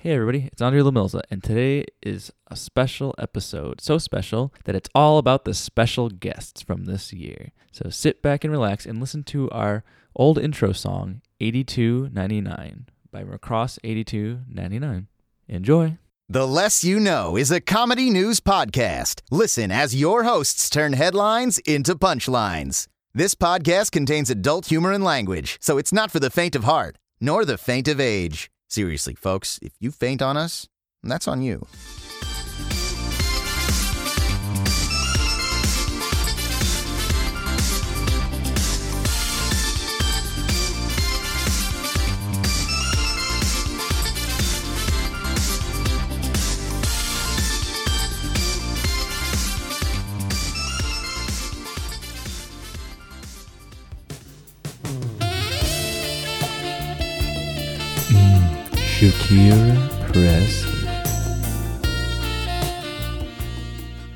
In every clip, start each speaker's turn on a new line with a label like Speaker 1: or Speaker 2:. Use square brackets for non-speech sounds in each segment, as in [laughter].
Speaker 1: Hey everybody, it's Andre Lamilza, and today is a special episode. So special that it's all about the special guests from this year. So sit back and relax and listen to our old intro song, 8299, by Macross 8299. Enjoy.
Speaker 2: The Less You Know is a comedy news podcast. Listen as your hosts turn headlines into punchlines. This podcast contains adult humor and language, so it's not for the faint of heart, nor the faint of age. Seriously, folks, if you faint on us, that's on you.
Speaker 1: Shakira Press.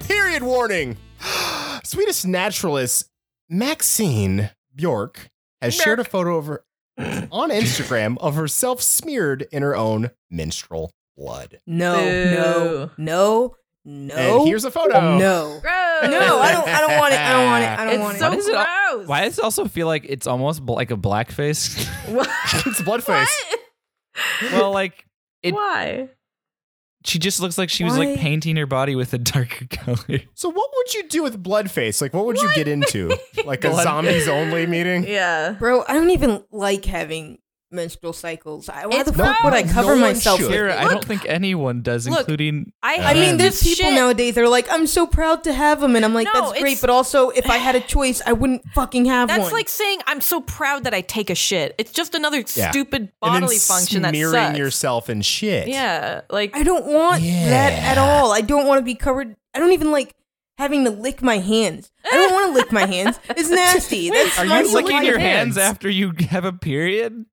Speaker 3: Period warning. [gasps] Swedish naturalist Maxine Bjork has shared a photo
Speaker 4: [clears throat]
Speaker 3: of her on Instagram of herself smeared in her own minstrel blood.
Speaker 5: No, no, no, no.
Speaker 3: And here's a photo.
Speaker 5: no.
Speaker 4: Gross.
Speaker 5: No, I don't. I don't want it. I don't want it. I don't want
Speaker 4: It's so
Speaker 1: Why
Speaker 4: gross.
Speaker 5: it.
Speaker 1: does it all- Why does it also feel like it's almost bl- like a blackface? [laughs]
Speaker 4: What?
Speaker 3: it's a blood face.
Speaker 1: well, like It-
Speaker 4: Why?
Speaker 1: she just looks like she was like
Speaker 5: Why?
Speaker 1: painting her body with a darker [laughs] color.
Speaker 3: So what would you do with blood face? Like what would you get
Speaker 4: [laughs]
Speaker 3: into? Like a
Speaker 1: Blood-
Speaker 3: zombies only meeting?
Speaker 4: Yeah.
Speaker 5: Bro, I don't even like having menstrual cycles. I, why
Speaker 4: It's
Speaker 5: the fuck
Speaker 4: gross.
Speaker 5: would I cover
Speaker 3: No one
Speaker 5: myself?
Speaker 3: should.
Speaker 5: with
Speaker 1: Kira,
Speaker 5: it?
Speaker 1: I don't think anyone does,
Speaker 5: Look,
Speaker 1: including
Speaker 4: I,
Speaker 5: I mean, there's people
Speaker 4: shit.
Speaker 5: nowadays that are like, I'm so proud to have them, and I'm like,
Speaker 4: No,
Speaker 5: that's great.
Speaker 4: it's-
Speaker 5: But also, if
Speaker 4: [sighs]
Speaker 5: I had a choice, I wouldn't fucking have
Speaker 4: That's
Speaker 5: one.
Speaker 4: like saying I'm so proud that I take a shit. It's just another
Speaker 3: Yeah.
Speaker 4: stupid
Speaker 3: And then
Speaker 4: bodily function that
Speaker 3: smearing
Speaker 4: sucks.
Speaker 3: yourself in shit.
Speaker 4: Yeah, like
Speaker 5: I don't want that at all. I don't want to be covered. I don't even like having to lick my hands. I don't want to lick my hands. It's nasty. That's
Speaker 3: Are
Speaker 5: my
Speaker 3: you
Speaker 1: licking
Speaker 3: my
Speaker 1: your hands
Speaker 3: hands.
Speaker 1: after you have a period.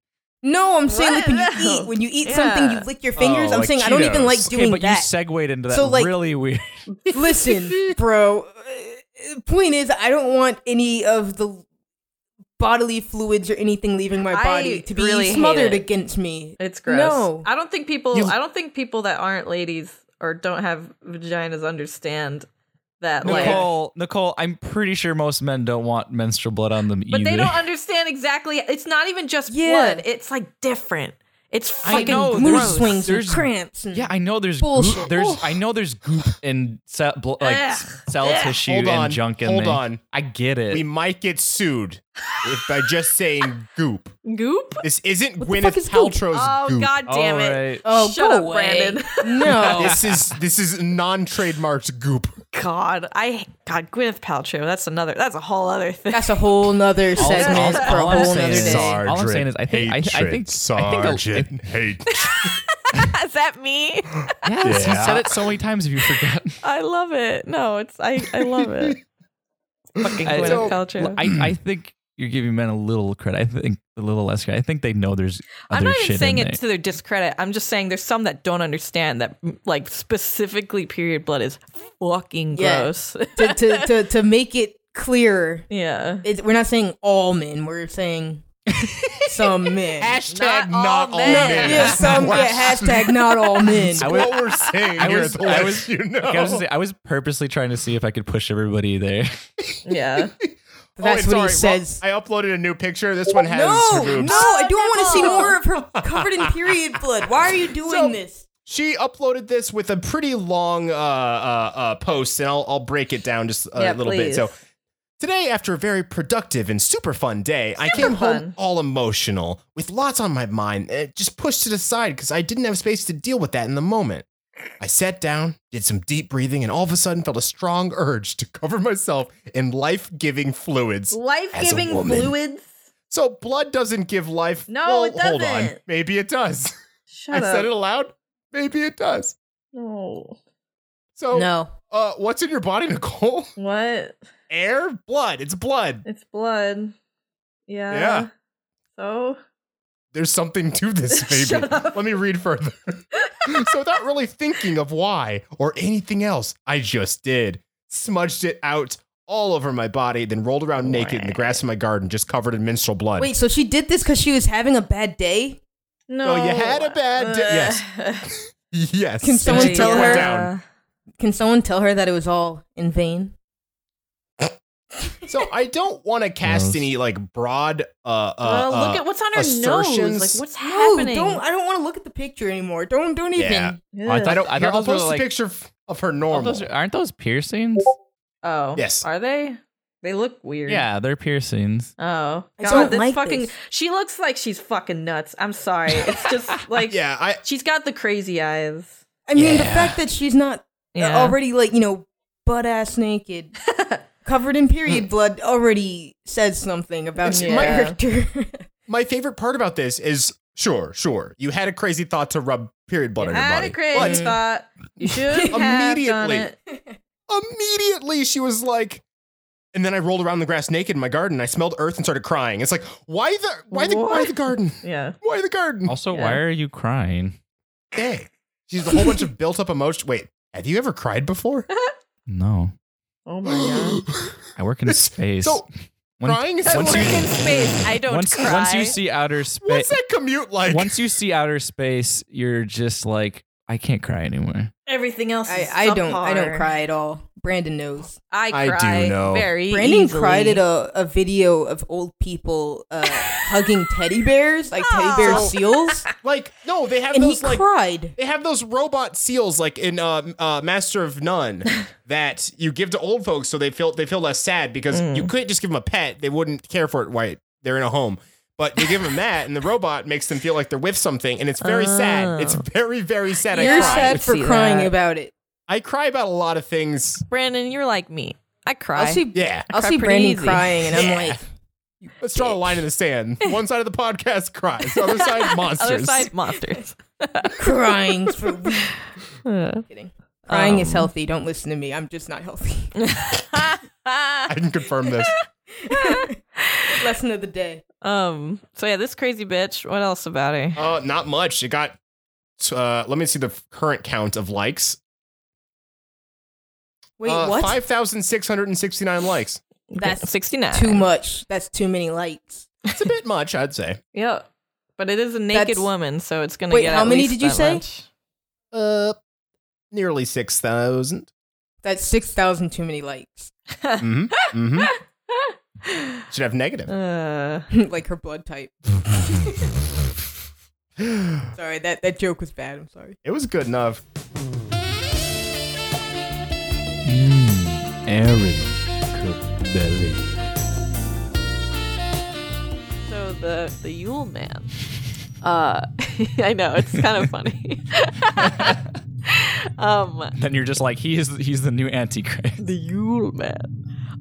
Speaker 5: No, I'm saying like when you
Speaker 4: What?
Speaker 5: eat, when you eat
Speaker 4: Yeah.
Speaker 5: something, you lick your fingers.
Speaker 3: Oh,
Speaker 5: I'm
Speaker 3: like
Speaker 5: saying I don't even
Speaker 3: Cheetos.
Speaker 5: like doing
Speaker 1: okay, but you
Speaker 5: that.
Speaker 1: segued into that
Speaker 5: So, like-
Speaker 1: really weird.
Speaker 5: [laughs] Listen, bro. uh, Point is, I don't want any of the bodily fluids or anything leaving my
Speaker 4: I
Speaker 5: body to be
Speaker 4: really hate
Speaker 5: smothered
Speaker 4: it.
Speaker 5: against me.
Speaker 4: it's gross.
Speaker 5: No.
Speaker 4: I don't think people.
Speaker 3: You-
Speaker 4: I don't think people that aren't ladies or don't have vaginas understand that. like,
Speaker 1: Nicole, Nicole, I'm pretty sure most men don't want menstrual blood on them
Speaker 4: but
Speaker 1: either. [laughs]
Speaker 4: they don't understand exactly. It's not even just
Speaker 5: Yeah.
Speaker 4: blood. It's like different. It's
Speaker 1: I
Speaker 4: fucking
Speaker 1: know,
Speaker 5: mood
Speaker 1: there's-
Speaker 4: gross.
Speaker 5: swings and
Speaker 1: there's-
Speaker 5: cramps. And
Speaker 1: yeah, I know there's
Speaker 5: Bullshit.
Speaker 1: goop, there's I know there's goop
Speaker 5: [laughs]
Speaker 1: and cell, bl- like
Speaker 4: Ugh.
Speaker 1: cell
Speaker 4: Ugh.
Speaker 1: tissue
Speaker 3: Hold on,
Speaker 1: and junk in
Speaker 3: hold
Speaker 1: there.
Speaker 3: on.
Speaker 1: I get it.
Speaker 3: We might get sued if by just saying goop.
Speaker 4: Goop.
Speaker 3: This isn't
Speaker 5: What the
Speaker 3: Gwyneth
Speaker 5: fuck is goop?
Speaker 3: Paltrow's
Speaker 4: Oh
Speaker 3: goop.
Speaker 4: god damn
Speaker 1: All
Speaker 4: it.
Speaker 1: right.
Speaker 5: Oh,
Speaker 4: Shut
Speaker 5: go
Speaker 4: up,
Speaker 5: away.
Speaker 4: Brandon.
Speaker 5: [laughs]
Speaker 3: [laughs]
Speaker 5: No.
Speaker 3: This is this is non-trademarked goop.
Speaker 4: God, I God Gwyneth Paltrow. That's another. That's a whole other thing.
Speaker 5: That's a whole nother
Speaker 1: All- all-
Speaker 5: segment for a
Speaker 1: all I'm
Speaker 5: whole
Speaker 3: [laughs]
Speaker 1: saying
Speaker 5: nother
Speaker 1: is-
Speaker 5: day.
Speaker 1: Sorry. all I'm saying is I think- I- I think- I think a-
Speaker 3: Sergeant
Speaker 5: [laughs]
Speaker 3: hate.
Speaker 4: [laughs] Is that me?
Speaker 1: Yes, you
Speaker 3: Yeah.
Speaker 1: said it so many times. Have you forgotten?
Speaker 4: [laughs] I love it. No, it's I. I love [laughs] it. Fucking
Speaker 1: I-
Speaker 4: Gwyneth
Speaker 1: so-
Speaker 4: Paltrow.
Speaker 1: I, I think you're giving men a little credit. I think a little less credit. I think they know there's.
Speaker 4: I'm
Speaker 1: Other
Speaker 4: not even
Speaker 1: shit
Speaker 4: saying
Speaker 1: in
Speaker 4: it
Speaker 1: there.
Speaker 4: to their discredit. I'm just saying there's some that don't understand that like specifically period blood is fucking
Speaker 5: Yeah.
Speaker 4: gross. [laughs]
Speaker 5: to, to, to, to make it clearer,
Speaker 4: yeah.
Speaker 5: it's, we're not saying all men. We're
Speaker 3: [laughs]
Speaker 5: saying some men.
Speaker 3: Hashtag
Speaker 4: all
Speaker 3: not all
Speaker 4: men.
Speaker 5: No,
Speaker 3: men.
Speaker 5: yeah, some yeah, hashtag not
Speaker 3: [laughs]
Speaker 5: all men.
Speaker 1: I was-
Speaker 3: what we're saying
Speaker 1: I
Speaker 3: here
Speaker 1: was-
Speaker 3: at the
Speaker 1: I
Speaker 3: less
Speaker 1: was-
Speaker 3: you know.
Speaker 1: Okay, I was, gonna say, I was purposely trying to see if I could push everybody there.
Speaker 4: Yeah.
Speaker 3: [laughs] Oh,
Speaker 5: That's
Speaker 3: it's
Speaker 5: what
Speaker 3: all
Speaker 5: he
Speaker 3: right.
Speaker 5: says.
Speaker 3: Well, I uploaded a new picture. This one has
Speaker 5: no,
Speaker 3: her boobs.
Speaker 5: no, I don't want to see
Speaker 4: Nipple.
Speaker 5: more of her covered in period blood. Why are you doing
Speaker 3: So-
Speaker 5: this?
Speaker 3: She uploaded this with a pretty long uh, uh, uh, post, and I'll, I'll break it down just a
Speaker 4: Yeah,
Speaker 3: little bit.
Speaker 4: please.
Speaker 3: So today, after a very productive and super fun day, I came home
Speaker 4: fun.
Speaker 3: all emotional with lots on my mind, and it just pushed it aside because I didn't have space to deal with that in the moment. I sat down, did some deep breathing, and all of a sudden felt a strong urge to cover myself in life-giving fluids. Life-giving As a woman.
Speaker 4: fluids.
Speaker 3: So blood doesn't give life.
Speaker 4: No,
Speaker 3: well,
Speaker 4: it
Speaker 3: Hold on,
Speaker 4: doesn't.
Speaker 3: maybe it does. [laughs]
Speaker 4: Shut
Speaker 3: I
Speaker 4: up.
Speaker 3: said it aloud. Maybe it does.
Speaker 4: no.
Speaker 3: So
Speaker 5: No,
Speaker 3: uh, what's in your body, Nicole? [laughs]
Speaker 4: What?
Speaker 3: Air, blood. It's blood.
Speaker 4: It's blood. Yeah.
Speaker 3: Yeah.
Speaker 4: So
Speaker 3: There's something to this,
Speaker 4: [laughs]
Speaker 3: baby.
Speaker 4: Shut up.
Speaker 3: Let me read further. so, without really thinking of why or anything else, I just did. Smudged it out all over my body, then rolled around naked in the grass in my garden, just covered in menstrual blood.
Speaker 5: wait. So she did this because she was having a bad day.
Speaker 4: No.
Speaker 3: Oh, you had a bad day. Yes. [laughs] Yes.
Speaker 5: uh, Can
Speaker 3: And
Speaker 5: someone
Speaker 3: she
Speaker 5: tell
Speaker 3: tore
Speaker 5: her- uh,
Speaker 3: it down.
Speaker 5: Can someone tell her that it was all in vain?
Speaker 3: So I don't want to cast
Speaker 1: Gross.
Speaker 3: any like broad uh uh,
Speaker 4: well,
Speaker 3: uh
Speaker 4: look at what's on her
Speaker 3: assertions.
Speaker 4: nose. Like, what's
Speaker 5: No,
Speaker 4: happening?
Speaker 5: don't. I don't want to look at the picture anymore. Don't. Don't even.
Speaker 3: Yeah.
Speaker 1: I
Speaker 3: I
Speaker 1: thought-
Speaker 3: don't
Speaker 1: I
Speaker 3: I
Speaker 1: thought
Speaker 3: I'll
Speaker 1: those were,
Speaker 3: post
Speaker 1: like-
Speaker 3: a picture f- of her
Speaker 1: Aren't
Speaker 3: normal.
Speaker 1: those, aren't those piercings?
Speaker 4: oh,
Speaker 3: Yes.
Speaker 4: Are they? They look weird.
Speaker 1: Yeah, they're piercings.
Speaker 4: Oh
Speaker 5: I
Speaker 4: God,
Speaker 5: don't
Speaker 4: this
Speaker 5: like
Speaker 4: fucking.
Speaker 5: this.
Speaker 4: She looks like she's fucking nuts. I'm sorry. It's
Speaker 5: [laughs]
Speaker 4: just like
Speaker 3: yeah, I
Speaker 4: She's got the crazy eyes.
Speaker 5: I mean, the
Speaker 3: Yeah.
Speaker 5: fact that she's not uh,
Speaker 4: Yeah.
Speaker 5: already like you know butt
Speaker 4: [laughs]
Speaker 5: ass naked, covered in period blood, already says something about
Speaker 3: It's
Speaker 5: your
Speaker 4: my-
Speaker 5: character.
Speaker 4: [laughs]
Speaker 3: my favorite part about this is sure, sure. You had a crazy thought to rub period blood on your
Speaker 4: had
Speaker 3: body.
Speaker 4: a crazy thought. Uh, You
Speaker 6: [laughs]
Speaker 4: should have done
Speaker 3: Immediately.
Speaker 4: it.
Speaker 3: But immediately she was like and then I rolled around in the grass naked in my garden. I smelled earth and started crying. It's like, why the why the why
Speaker 4: What?
Speaker 3: the garden?
Speaker 4: [laughs] Yeah.
Speaker 3: Why the garden?
Speaker 1: Also,
Speaker 4: Yeah.
Speaker 1: why are you crying?
Speaker 3: Hey. She's a whole bunch of built up emotion. Wait, have you ever
Speaker 4: [laughs]
Speaker 3: cried before?
Speaker 1: No,
Speaker 4: Oh my god.
Speaker 1: I
Speaker 3: [laughs]
Speaker 1: work in
Speaker 3: It's-
Speaker 1: space.
Speaker 3: so
Speaker 1: When-
Speaker 3: crying is
Speaker 4: I
Speaker 3: once
Speaker 4: work
Speaker 3: you,
Speaker 4: in space. I don't
Speaker 1: once,
Speaker 4: cry.
Speaker 1: once you see outer space,
Speaker 3: what's that commute like?
Speaker 1: once you see outer space, you're just like, I can't
Speaker 4: [laughs]
Speaker 1: cry anymore.
Speaker 4: [gasps] everything else,
Speaker 5: I,
Speaker 4: is
Speaker 5: I don't. I don't
Speaker 4: subpar.
Speaker 5: cry at all. Brandon knows.
Speaker 4: I
Speaker 3: I do
Speaker 4: cry
Speaker 3: know.
Speaker 4: very.
Speaker 5: Brandon
Speaker 4: easily.
Speaker 5: cried at a, a video of old people uh, hugging teddy bears, like teddy bear
Speaker 4: Oh.
Speaker 5: seals,
Speaker 3: Ah. [laughs] like no, they have
Speaker 5: and he
Speaker 3: those like
Speaker 5: cried.
Speaker 3: They have those robot seals, like in uh, uh, Master of
Speaker 5: [laughs]
Speaker 3: None, that you give to old folks so they feel they feel less sad because
Speaker 5: Mm.
Speaker 3: you couldn't just give them a pet; they wouldn't care for it. While they're in a home, but you give them that, and the robot makes them feel like they're with something, and it's very sad. It's very very sad. I
Speaker 5: Oh. You're
Speaker 3: cry.
Speaker 5: sad for
Speaker 4: See
Speaker 5: crying
Speaker 4: that.
Speaker 5: about it.
Speaker 3: I cry about a lot of things.
Speaker 4: Brandon, you're like me. I cry.
Speaker 5: I'll see.
Speaker 3: Yeah,
Speaker 5: I'll
Speaker 4: cry
Speaker 5: see
Speaker 4: pretty
Speaker 5: Brandon
Speaker 4: easy.
Speaker 5: crying, and I'm
Speaker 3: Yeah.
Speaker 5: like,
Speaker 3: let's draw a line in the sand.
Speaker 5: [laughs]
Speaker 3: One side of the podcast cries, other side monsters.
Speaker 4: Other side
Speaker 5: [laughs]
Speaker 4: monsters.
Speaker 5: crying's for
Speaker 3: [laughs]
Speaker 4: Uh,
Speaker 5: kidding. Crying is
Speaker 4: Um.
Speaker 5: healthy. Don't listen to me. I'm just not
Speaker 3: [laughs]
Speaker 5: healthy.
Speaker 3: I can
Speaker 4: [laughs]
Speaker 3: confirm this.
Speaker 5: Lesson of the day.
Speaker 4: um. So yeah, this crazy bitch. What else about her?
Speaker 3: Uh, not much. It got. Uh, let me see the current count of likes.
Speaker 5: Wait,
Speaker 3: Uh,
Speaker 5: what?
Speaker 3: 5,669 likes.
Speaker 5: That's
Speaker 4: sixty-nine.
Speaker 5: Too much. That's too many likes.
Speaker 3: It's a bit much, I'd say.
Speaker 4: Yeah, but it is a naked
Speaker 5: That's-
Speaker 4: woman, so it's gonna
Speaker 5: Wait,
Speaker 4: get
Speaker 5: how
Speaker 4: at
Speaker 5: many
Speaker 4: least
Speaker 5: did you
Speaker 4: that
Speaker 5: say?
Speaker 4: much.
Speaker 3: Uh, nearly 6,000.
Speaker 5: That's six thousand too
Speaker 4: [laughs]
Speaker 5: many likes. [laughs]
Speaker 3: Mm-hmm. mm-hmm. Should have negative.
Speaker 4: Uh,
Speaker 5: like her blood
Speaker 3: [laughs]
Speaker 5: type.
Speaker 3: It
Speaker 5: Sorry, that that joke was bad. I'm sorry.
Speaker 3: was good enough.
Speaker 1: Mm, Aaron Belly.
Speaker 4: so the the Yule
Speaker 5: [laughs]
Speaker 4: Man. Uh, [laughs] I know it's kind of funny. [laughs] um,
Speaker 1: Then you're just like, he is, he's the new Antichrist.
Speaker 4: the Yule Man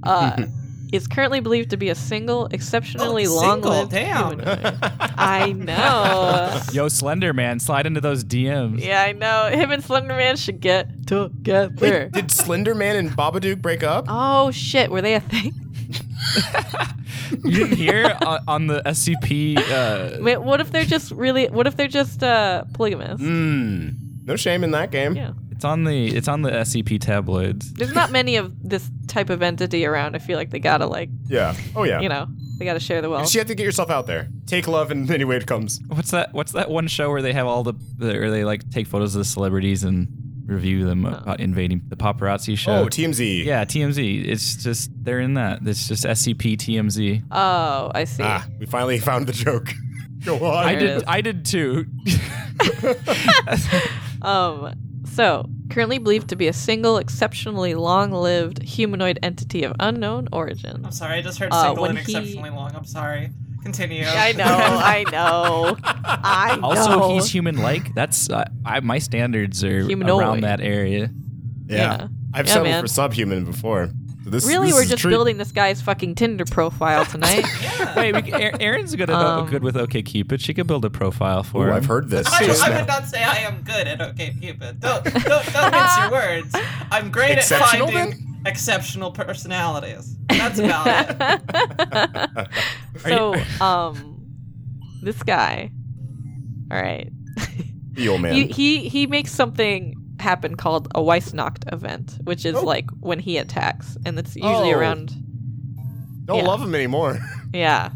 Speaker 4: uh, is currently believed to be a single, exceptionally
Speaker 3: Oh,
Speaker 4: long-lived. humanoid.
Speaker 3: [laughs]
Speaker 4: I know.
Speaker 1: Yo, Slender Man, slide into those DMs.
Speaker 4: Yeah, I know. Him and Slenderman should get together.
Speaker 3: Did Slender Man and Babadook break up?
Speaker 4: Oh shit, were they a thing?
Speaker 1: You didn't hear on, on the SCP? Uh,
Speaker 4: Wait, what if they're just really? What if they're just uh, polygamous?
Speaker 3: Hmm. No shame in that game.
Speaker 4: Yeah,
Speaker 1: it's on the it's on the SCP tabloids.
Speaker 4: there's not many of this type of entity around. I feel like they gotta like,
Speaker 3: Yeah. Oh, yeah.
Speaker 4: you know, they gotta share the wealth.
Speaker 3: you have to get yourself out there. Take love in any way it comes.
Speaker 1: What's that? What's that one show where they have all the where they like take photos of the celebrities and review them
Speaker 4: Oh.
Speaker 1: about invading the paparazzi show?
Speaker 3: Oh, TMZ.
Speaker 1: yeah, TMZ. It's just they're in that. It's just E SCP TMZ.
Speaker 4: Oh, I see.
Speaker 3: Ah, we finally found the
Speaker 1: [laughs]
Speaker 3: joke. Go on.
Speaker 1: I
Speaker 4: it
Speaker 1: did.
Speaker 4: is.
Speaker 1: I did too.
Speaker 4: Um, so currently believed to be a single, exceptionally long-lived humanoid entity of unknown origin.
Speaker 6: I'm sorry, I just heard
Speaker 4: Uh,
Speaker 6: single
Speaker 4: when
Speaker 6: and
Speaker 4: he-
Speaker 6: exceptionally long. I'm sorry. Continue.
Speaker 4: I know, I know, I
Speaker 1: [laughs] also,
Speaker 4: know.
Speaker 1: he's human-like. That's uh, I, my standards are around
Speaker 4: Humanoid.
Speaker 1: that area.
Speaker 4: Yeah.
Speaker 3: I've
Speaker 4: Yeah,
Speaker 3: settled
Speaker 4: man.
Speaker 3: for subhuman before. So this,
Speaker 4: Really,
Speaker 3: this
Speaker 4: we're
Speaker 3: is
Speaker 4: just
Speaker 3: true.
Speaker 4: building this guy's fucking Tinder
Speaker 6: [laughs]
Speaker 4: profile tonight.
Speaker 1: Wait, we, Aaron's good at
Speaker 4: Um,
Speaker 1: good with OK Cupid. She could build a profile for
Speaker 3: Ooh,
Speaker 1: him.
Speaker 3: I've heard this.
Speaker 6: I,
Speaker 3: just
Speaker 6: I
Speaker 3: now.
Speaker 6: would not say I am good at OK Cupid. Don't don't, don't mince your words. I'm great at
Speaker 3: Exceptional,
Speaker 6: finding exceptional personalities. That's about
Speaker 4: [laughs]
Speaker 6: it.
Speaker 4: so, um, this guy. All right.
Speaker 3: [laughs] The old man.
Speaker 4: He, he he makes something happen called a Weissnacht event, which
Speaker 6: Oh.
Speaker 4: is like when he attacks, and it's usually
Speaker 3: Oh.
Speaker 4: around.
Speaker 3: Don't
Speaker 4: Yeah.
Speaker 3: love him anymore.
Speaker 4: Yeah.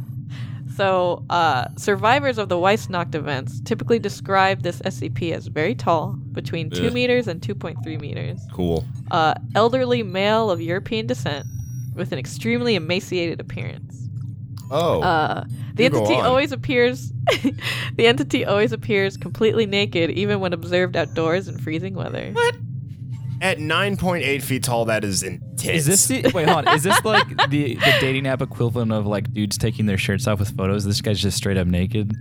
Speaker 4: So, uh, survivors of the Weisnacht events typically describe this SCP as very tall, between 2
Speaker 3: Ugh.
Speaker 4: meters and 2.3 meters,
Speaker 3: Cool.
Speaker 4: uh, elderly male of European descent with an extremely emaciated appearance.
Speaker 3: Oh.
Speaker 4: Uh, the
Speaker 3: You go
Speaker 4: entity
Speaker 3: on.
Speaker 4: always appears. [laughs] the entity always appears completely naked, even when observed outdoors in freezing weather.
Speaker 3: At 9.8 feet tall, that is intense.
Speaker 1: Is this the [laughs] wait? Hold on. Is this like the, the dating app equivalent of like dudes taking their shirts off with photos? This guy's just straight up naked.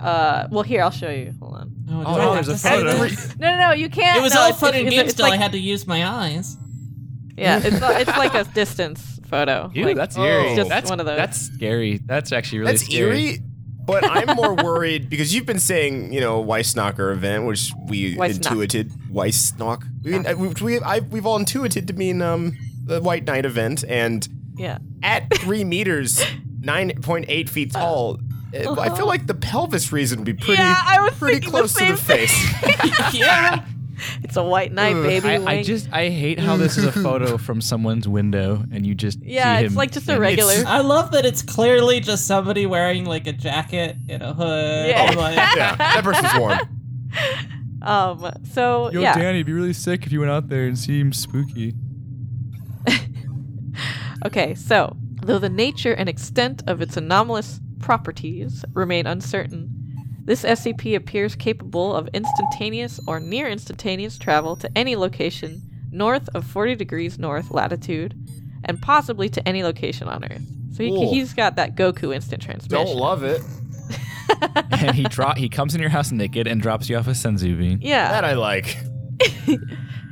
Speaker 4: Uh, well, here I'll show you. Hold on.
Speaker 1: Oh,
Speaker 7: don't
Speaker 1: there's
Speaker 7: have
Speaker 1: a
Speaker 7: to say
Speaker 1: photo.
Speaker 7: that.
Speaker 4: [laughs] No, no, no. You can't.
Speaker 7: It was
Speaker 4: no,
Speaker 7: all
Speaker 4: it's-
Speaker 7: fun and
Speaker 4: it's-
Speaker 7: games
Speaker 4: it's
Speaker 7: till I
Speaker 4: like-
Speaker 7: had to use my eyes.
Speaker 4: Yeah, it's uh, it's like a distance photo.
Speaker 1: Ew,
Speaker 4: like,
Speaker 1: that's
Speaker 3: Oh.
Speaker 1: eerie.
Speaker 4: Just
Speaker 1: that's
Speaker 4: one of those.
Speaker 1: That's scary. That's actually really
Speaker 3: That's
Speaker 1: scary.
Speaker 3: eerie, but I'm
Speaker 1: [laughs]
Speaker 3: more worried because you've been saying, you know, Weissnocker event, which we
Speaker 4: Weissnock.
Speaker 3: intuited. Weissnock. We, I- which we, I, we've all intuited to mean um, the White Knight event. And
Speaker 4: yeah. [laughs]
Speaker 3: at three meters, 9.8 feet tall, uh, I feel like the pelvis reason would be pretty,
Speaker 4: Uh-huh. Yeah, I was
Speaker 3: pretty
Speaker 4: thinking the
Speaker 3: close to
Speaker 4: same
Speaker 3: the face.
Speaker 4: [laughs]
Speaker 7: yeah.
Speaker 4: It's a white knight, baby.
Speaker 1: I, I
Speaker 4: wink.
Speaker 1: just I hate how this
Speaker 4: [laughs]
Speaker 1: is a [laughs] photo from someone's window and you just
Speaker 4: yeah,
Speaker 1: see
Speaker 4: it's
Speaker 1: him
Speaker 4: like just a
Speaker 1: in-
Speaker 4: regular.
Speaker 7: I love that it's clearly just somebody wearing like a jacket and a hood.
Speaker 4: Yeah.
Speaker 7: and, [laughs]
Speaker 4: [laughs]
Speaker 7: like-
Speaker 3: Oh, yeah, that person's warm.
Speaker 4: Um. So yeah.
Speaker 1: it'd be really sick if you went out there and see him spooky.
Speaker 4: Okay, so though the nature and extent of its anomalous properties remain uncertain, this SCP appears capable of instantaneous or near instantaneous travel to any location north of 40 degrees north latitude and possibly to any location on Earth. So he,
Speaker 3: Cool.
Speaker 4: he's got that Goku instant transmission.
Speaker 3: Don't love it.
Speaker 1: [laughs] and he dro- he comes in your house naked and drops you off a senzu bean.
Speaker 4: yeah.
Speaker 3: That I like.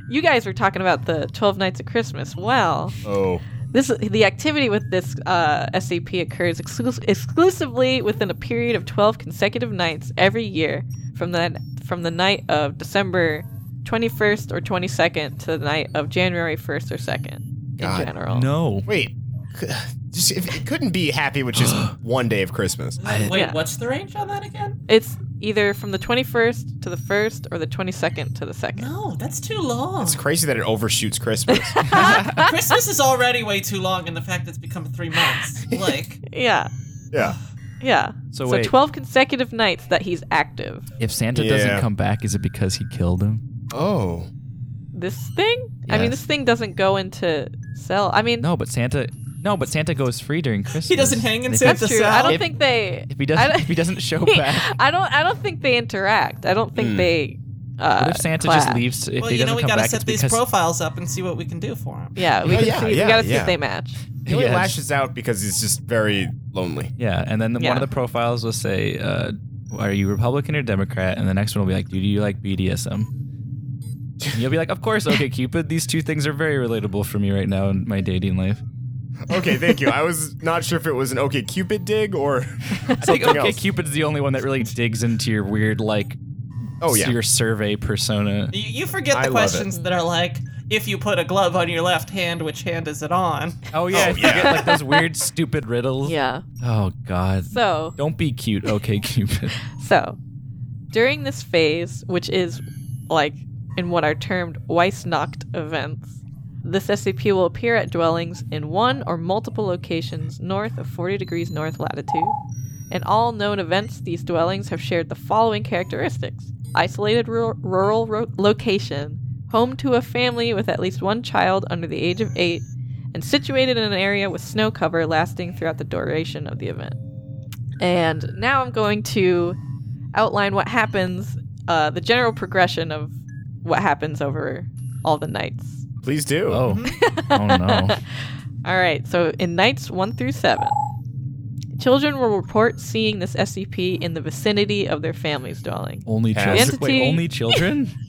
Speaker 4: You guys were talking about the 12 Nights of Christmas. Well,
Speaker 3: Oh.
Speaker 4: This the activity with this uh, SCP occurs exclu- exclusively within a period of 12 consecutive nights every year from the from the night of December 21st or 22nd to the night of January 1st or 2nd
Speaker 3: God,
Speaker 4: in general.
Speaker 1: No.
Speaker 3: Wait. c- [sighs] Just, if, it couldn't be happy with
Speaker 1: [gasps]
Speaker 3: just one day of Christmas.
Speaker 7: [laughs] Wait,
Speaker 4: Yeah.
Speaker 7: what's the range on that
Speaker 4: [laughs]
Speaker 7: again?
Speaker 4: It's either from the 21st to the 1st or the 22nd to the 2nd.
Speaker 7: No, that's too long.
Speaker 3: It's crazy that it
Speaker 4: [laughs]
Speaker 3: overshoots Christmas.
Speaker 7: Christmas is already way too long, and the fact it's become three
Speaker 4: [laughs]
Speaker 7: months. Like,
Speaker 4: Yeah.
Speaker 3: yeah.
Speaker 4: Yeah.
Speaker 1: So wait.
Speaker 4: 12 consecutive nights that he's active.
Speaker 1: If Santa doesn't
Speaker 3: Yeah.
Speaker 1: come back, is it because he killed him?
Speaker 3: Oh.
Speaker 4: This thing? I mean,
Speaker 1: Yes.
Speaker 4: this thing doesn't go into cell. I mean,
Speaker 1: No, but Santa no, but Santa goes free during Christmas.
Speaker 7: he doesn't hang in
Speaker 1: And if
Speaker 4: that's
Speaker 7: Santa's
Speaker 4: true.
Speaker 7: cell.
Speaker 4: I don't
Speaker 1: If-
Speaker 4: think they
Speaker 1: If he
Speaker 4: I
Speaker 1: [laughs] doesn't
Speaker 4: don't-
Speaker 1: if
Speaker 4: [laughs]
Speaker 1: he doesn't show back. Hmm.
Speaker 4: I don't. I don't think they interact. I don't think they. Uh,
Speaker 1: What if Santa
Speaker 4: clash.
Speaker 1: just leaves if
Speaker 7: well,
Speaker 1: he
Speaker 7: you
Speaker 1: doesn't
Speaker 7: know, we
Speaker 1: come
Speaker 7: gotta
Speaker 1: back?
Speaker 7: set
Speaker 1: it's
Speaker 7: these
Speaker 1: because
Speaker 7: profiles up and see what we can do for him.
Speaker 4: Yeah, we
Speaker 3: Oh,
Speaker 4: can
Speaker 3: yeah,
Speaker 4: see.
Speaker 3: yeah,
Speaker 4: we gotta see
Speaker 3: yeah.
Speaker 4: if they match.
Speaker 3: He only
Speaker 1: Yeah, it's-
Speaker 3: lashes out because he's just very lonely.
Speaker 1: Yeah, and then
Speaker 4: Yeah.
Speaker 1: one of the profiles will say, uh, "Are you Republican or Democrat?" And the next one will be like, "Do you like BDSM?" And you'll be like, "Of course,
Speaker 4: [laughs]
Speaker 1: okay, Cupid. These two things are very relatable for me right now in my dating life."
Speaker 3: Okay, thank you. I was not sure if it was an OK Cupid dig
Speaker 4: [laughs]
Speaker 3: or
Speaker 1: I think
Speaker 3: Something
Speaker 1: okay,
Speaker 3: else.
Speaker 1: Cupid's the only one that really digs into your weird, like,
Speaker 3: oh yeah.
Speaker 1: your survey persona.
Speaker 7: You, you forget
Speaker 3: I
Speaker 7: the
Speaker 3: love
Speaker 7: questions that are like, if you put a glove on your left hand, which hand is it on?
Speaker 1: Oh yeah,
Speaker 3: Oh, yeah.
Speaker 1: You get, like those weird, stupid riddles.
Speaker 4: Yeah.
Speaker 1: Oh God.
Speaker 4: So,
Speaker 1: Don't be cute, okay, Cupid.
Speaker 4: so during this phase, which is like in what are termed Weisnacht events, this SCP will appear at dwellings in one or multiple locations north of 40 degrees north latitude. In all known events, these dwellings have shared the following characteristics isolated rural, rural ro- location, home to a family with at least one child under the age of eight, and situated in an area with snow cover lasting throughout the duration of the event. And now I'm going to outline what happens, uh, the general progression of what happens over all the nights.
Speaker 3: Please do.
Speaker 1: Oh,
Speaker 4: [laughs]
Speaker 1: oh no.
Speaker 4: All right, so in nights one through seven, children will report seeing this SCP in the vicinity of their family's dwelling.
Speaker 1: Only
Speaker 3: Has-
Speaker 1: children.
Speaker 4: Entity-
Speaker 1: Wait, only children?
Speaker 4: [laughs]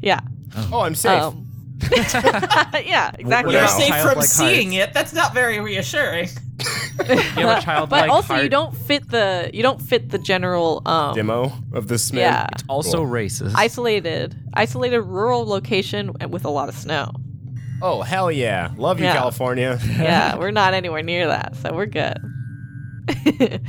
Speaker 4: Yeah.
Speaker 3: [laughs] Oh, I'm safe.
Speaker 1: [laughs]
Speaker 4: Um, [laughs] yeah, exactly.
Speaker 7: You're
Speaker 3: Wow.
Speaker 7: safe from
Speaker 1: Childlike
Speaker 7: seeing it. That's not very
Speaker 4: [laughs]
Speaker 7: reassuring.
Speaker 1: You have a child
Speaker 4: but also, you don't fit the you don't fit the general um,
Speaker 3: Demo of this man.
Speaker 4: Yeah,
Speaker 1: Also
Speaker 3: Cool.
Speaker 1: racist.
Speaker 4: isolated, isolated rural location and with a lot of snow.
Speaker 3: Oh hell yeah. Love you,
Speaker 4: Yeah.
Speaker 3: California. [laughs]
Speaker 4: yeah, we're not anywhere near that, so we're good. [laughs]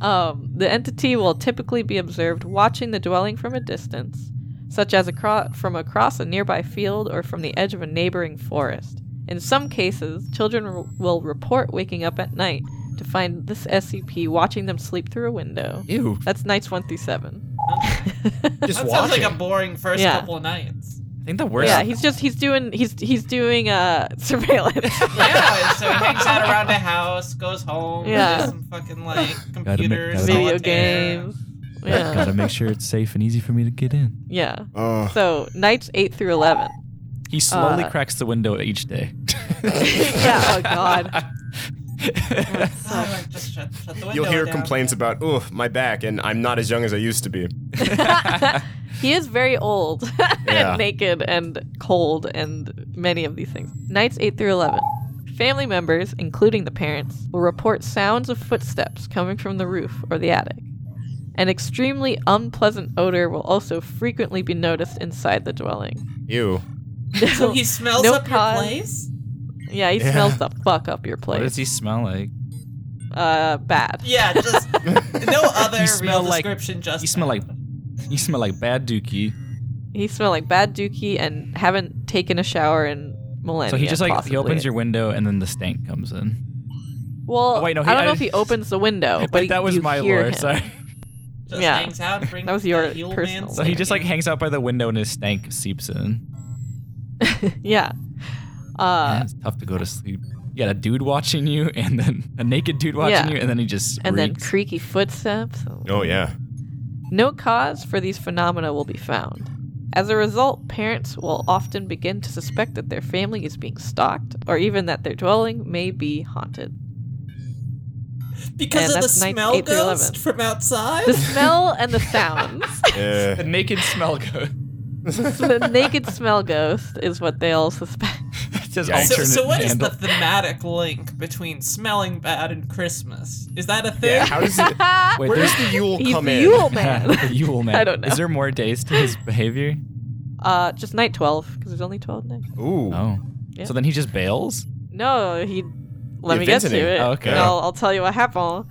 Speaker 4: um, the entity will typically be observed watching the dwelling from a distance, such as across, from across a nearby field or from the edge of a neighboring forest. In some cases, children r- will report waking up at night to find this SCP watching them sleep through a window.
Speaker 3: Ew.
Speaker 4: That's nights one through seven.
Speaker 3: Just
Speaker 7: that
Speaker 3: watch
Speaker 7: sounds like
Speaker 3: it.
Speaker 7: a boring first
Speaker 4: Yeah.
Speaker 7: couple of nights.
Speaker 1: I think the worst.
Speaker 4: Yeah, he's just he's doing he's he's doing uh [laughs] surveillance.
Speaker 7: [laughs] Yeah, so he hangs out around the house, goes home,
Speaker 4: Yeah.
Speaker 7: does some fucking
Speaker 1: [laughs]
Speaker 7: like
Speaker 1: make-
Speaker 7: computers,
Speaker 1: gotta
Speaker 4: Video
Speaker 7: solitaire.
Speaker 4: games. Yeah.
Speaker 1: Gotta make sure it's safe and easy for me to get in.
Speaker 4: [laughs] Yeah.
Speaker 3: Ugh.
Speaker 4: So nights eight through eleven.
Speaker 1: He slowly
Speaker 4: Uh,
Speaker 1: cracks the window each day.
Speaker 4: [laughs] yeah. Oh
Speaker 1: [laughs]
Speaker 4: God.
Speaker 7: Oh, like, [laughs] just shut, shut the window
Speaker 3: You'll hear
Speaker 7: down.
Speaker 3: complaints about, oh, my back, and I'm not as young as I used to be.
Speaker 4: He is very old [laughs]
Speaker 3: Yeah.
Speaker 4: and naked and cold and many of these things. Nights eight through eleven. Family members, including the parents, will report sounds of footsteps coming from the roof or the attic. An extremely unpleasant odor will also frequently be noticed inside the dwelling. [laughs]
Speaker 3: Ew.
Speaker 7: So he smells
Speaker 4: [laughs] No
Speaker 7: up
Speaker 4: cause.
Speaker 7: your place?
Speaker 4: Yeah, he
Speaker 3: Yeah.
Speaker 4: smells the fuck up your place.
Speaker 1: What does he smell like?
Speaker 4: Uh, bad.
Speaker 7: Yeah,
Speaker 4: [laughs]
Speaker 7: just
Speaker 1: [laughs]
Speaker 7: no other
Speaker 1: You smell
Speaker 7: real
Speaker 1: like-
Speaker 7: description. Just
Speaker 1: You smell like. You smell like bad dookie.
Speaker 4: He smelled like bad dookie and haven't taken a shower in millennia.
Speaker 1: so he just like he
Speaker 4: possibly.
Speaker 1: opens your window and then the stank comes in.
Speaker 4: Well,
Speaker 1: Oh, wait, no,
Speaker 4: I
Speaker 1: he-
Speaker 4: don't know
Speaker 1: I-
Speaker 4: if he opens the window, but he-
Speaker 1: Wait, [laughs] that was
Speaker 4: you
Speaker 1: my
Speaker 4: hear
Speaker 1: lore.
Speaker 4: him.
Speaker 1: Sorry.
Speaker 7: just
Speaker 4: yeah.
Speaker 7: hangs out. Brings
Speaker 4: That was your
Speaker 7: the heel
Speaker 4: personal
Speaker 7: man
Speaker 1: So [laughs] he just like
Speaker 7: smoking.
Speaker 1: hangs out by the window and his stank seeps in.
Speaker 4: Yeah.
Speaker 1: Yeah,
Speaker 4: Uh,
Speaker 1: it's tough to go to sleep. You got a dude watching you, [laughs] and then a naked dude watching
Speaker 4: Yeah.
Speaker 1: you, and then he just
Speaker 4: and then
Speaker 1: reeks.
Speaker 4: creaky footsteps.
Speaker 3: Oh, yeah.
Speaker 4: No cause for these phenomena will be found. As a result, parents will often begin to suspect that their family is being stalked, or even that their dwelling may be haunted.
Speaker 7: because
Speaker 4: and
Speaker 7: of the
Speaker 4: that's nights
Speaker 7: smell
Speaker 4: 8 through
Speaker 7: ghost
Speaker 4: 11.
Speaker 7: from outside. [laughs]
Speaker 4: The smell and the sounds.
Speaker 1: the
Speaker 3: Eh.
Speaker 1: naked smell goes.
Speaker 4: the naked smell ghost is what they all suspect.
Speaker 3: Yikes.
Speaker 1: just
Speaker 7: So,
Speaker 1: alternate
Speaker 7: so what is
Speaker 1: handle.
Speaker 7: the thematic link between smelling bad and Christmas? Is that a thing?
Speaker 3: How does
Speaker 4: [laughs]
Speaker 3: it.
Speaker 1: Wait,
Speaker 3: Where does
Speaker 1: there's
Speaker 3: the Yule
Speaker 4: Ah. He's
Speaker 3: come
Speaker 4: the
Speaker 3: in?
Speaker 4: Yule
Speaker 1: [laughs]
Speaker 4: man.
Speaker 1: Yeah, the Yule
Speaker 4: [laughs]
Speaker 1: man.
Speaker 4: I don't know.
Speaker 1: Is there more days to his behavior?
Speaker 4: Uh, just night twelve because there's only twelve nights.
Speaker 3: Ooh.
Speaker 1: Oh,
Speaker 4: Yeah.
Speaker 1: so then he just bails.
Speaker 4: No, he. Let me get
Speaker 3: Yeah,
Speaker 4: to
Speaker 3: Vincent did.
Speaker 4: it.
Speaker 1: Oh, okay.
Speaker 4: and I'll, I'll tell you what happened.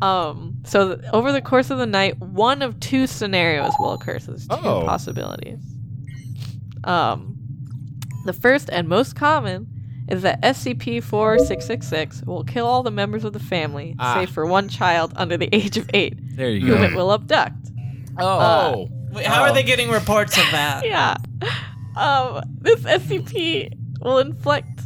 Speaker 4: Um, so th- over the course of the night, one of two scenarios will occur. So there's two
Speaker 3: Oh.
Speaker 4: possibilities. Um, the first and most common is that SCP-4666 will kill all the members of the family,
Speaker 3: Ah.
Speaker 4: save for one child under the age of eight,
Speaker 1: There you
Speaker 4: whom
Speaker 1: go.
Speaker 4: it will abduct. Uh,
Speaker 3: Oh.
Speaker 7: Wait, how are they getting reports of that?
Speaker 4: [laughs] Yeah. Um, this SCP will inflict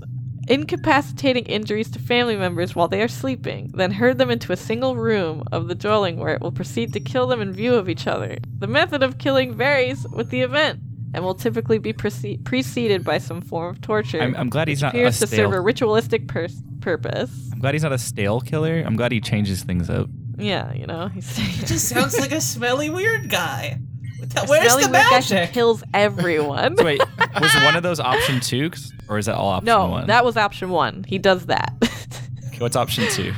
Speaker 4: incapacitating injuries to family members while they are sleeping, then herd them into a single room of the dwelling where it will proceed to kill them in view of each other. The method of killing varies with the event and will typically be prece- preceded by some form of torture.
Speaker 1: I'm, I'm glad he's not a
Speaker 4: appears to serve a
Speaker 1: stale.
Speaker 4: ritualistic pers- purpose.
Speaker 1: I'm glad he's not a stale killer. I'm glad he changes things up.
Speaker 4: Yeah, you know, he's
Speaker 7: Just sounds like
Speaker 4: [laughs]
Speaker 7: a smelly weird guy. What the-
Speaker 4: A
Speaker 7: Where's
Speaker 4: smelly
Speaker 7: the
Speaker 4: weird guy who
Speaker 7: magic?
Speaker 4: kills everyone.
Speaker 1: So wait, was
Speaker 4: [laughs]
Speaker 1: one of those option two, 'Cause- or is that all option
Speaker 4: no,
Speaker 1: one?
Speaker 4: that was option one. He does that.
Speaker 1: What's option two?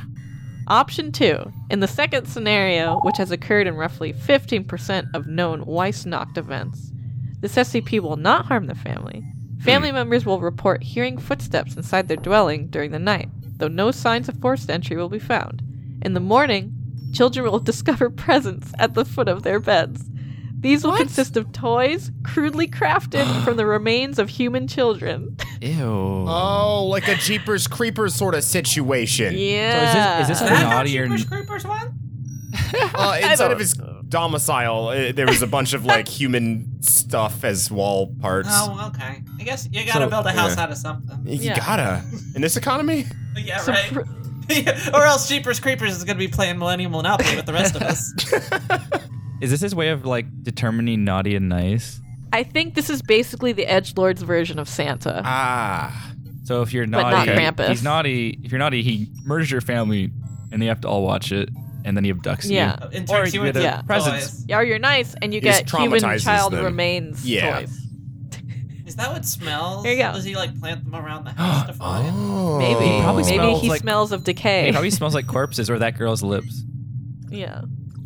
Speaker 4: Option two. In the second scenario, which has occurred in roughly 15% of known Weissnacht events, this SCP will not harm the family. Family members will report hearing footsteps inside their dwelling during the night, though no signs of forced entry will be found. In the morning, children will [laughs] discover presents at the foot of their beds. These will consist of toys crudely [sighs] crafted from the remains of human children.
Speaker 1: Ew.
Speaker 3: Oh, like a Jeepers Creepers sort of situation.
Speaker 4: Yeah.
Speaker 1: is this
Speaker 7: Is
Speaker 1: an
Speaker 7: that how
Speaker 1: naughty or-
Speaker 7: Jeepers Creepers one?
Speaker 4: [laughs]
Speaker 3: Uh, inside
Speaker 4: don't-
Speaker 3: of his domicile, uh, there was a bunch
Speaker 4: [laughs]
Speaker 3: of like human stuff as wall parts.
Speaker 7: Oh, okay. I guess you gotta
Speaker 1: So-
Speaker 7: build a house
Speaker 3: yeah.
Speaker 7: out of something.
Speaker 3: you
Speaker 4: Yeah.
Speaker 3: gotta in this economy.
Speaker 7: Yeah,
Speaker 4: So
Speaker 7: right.
Speaker 4: pr-
Speaker 7: [laughs] or else Jeepers Creepers is gonna be playing Millennium Monopoly with the rest of us.
Speaker 1: Is this his way of like determining naughty and nice?
Speaker 4: I think this is basically the Edge Lord's version of Santa.
Speaker 3: Ah,
Speaker 1: So if you're
Speaker 4: But
Speaker 1: naughty,
Speaker 4: not Krampus.
Speaker 1: he's naughty. If you're naughty, he murders your family, and they have to all watch it, and then he abducts
Speaker 4: Yeah.
Speaker 1: you.
Speaker 7: In
Speaker 1: Or
Speaker 7: terms you
Speaker 1: you get
Speaker 7: into
Speaker 4: a
Speaker 7: toys.
Speaker 1: presents.
Speaker 4: Yeah, or you're nice and you
Speaker 3: He just
Speaker 4: get human
Speaker 3: traumatizes
Speaker 4: child
Speaker 3: them.
Speaker 4: remains
Speaker 3: Yeah.
Speaker 4: toys.
Speaker 7: Is that what smells?
Speaker 4: There you go.
Speaker 7: Does he like plant them around
Speaker 3: [gasps]
Speaker 7: the house to find?
Speaker 3: oh,
Speaker 4: Maybe.
Speaker 1: He probably
Speaker 4: Maybe
Speaker 1: smells
Speaker 4: he
Speaker 1: like-
Speaker 4: smells of
Speaker 1: It
Speaker 4: decay.
Speaker 1: probably smells like corpses or that girl's lips.
Speaker 4: yeah.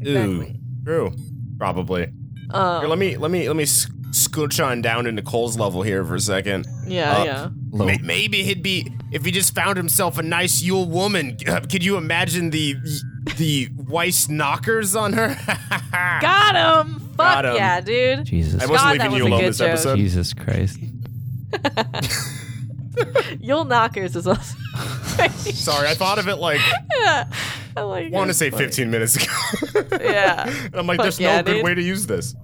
Speaker 3: Ooh, true, probably.
Speaker 4: Um,
Speaker 3: Here, let me let me let me sc- scooch on down into Cole's level here for a second.
Speaker 4: yeah,
Speaker 3: up.
Speaker 4: yeah.
Speaker 1: Low.
Speaker 3: May- maybe he'd be if he just found himself a nice Yule woman. Uh, Could you imagine the the Weiss knockers on her? [laughs]
Speaker 4: Got him! Fuck
Speaker 3: Got 'em.
Speaker 4: yeah, dude.
Speaker 1: Jesus.
Speaker 3: I wasn't
Speaker 4: God, that
Speaker 3: leaving
Speaker 4: was
Speaker 3: you
Speaker 4: a
Speaker 3: alone
Speaker 4: good
Speaker 3: this
Speaker 4: joke.
Speaker 3: episode.
Speaker 1: Jesus Christ.
Speaker 4: Yule Knockers is also. [laughs]
Speaker 3: Sorry, I thought of it like
Speaker 4: yeah. I like
Speaker 3: I want to
Speaker 4: it.
Speaker 3: say 15 minutes ago.
Speaker 4: Yeah.
Speaker 3: [laughs] and I'm like,
Speaker 4: Fuck
Speaker 3: there's
Speaker 4: yeah,
Speaker 3: no good
Speaker 4: dude.
Speaker 3: way to
Speaker 4: [laughs]
Speaker 3: use this.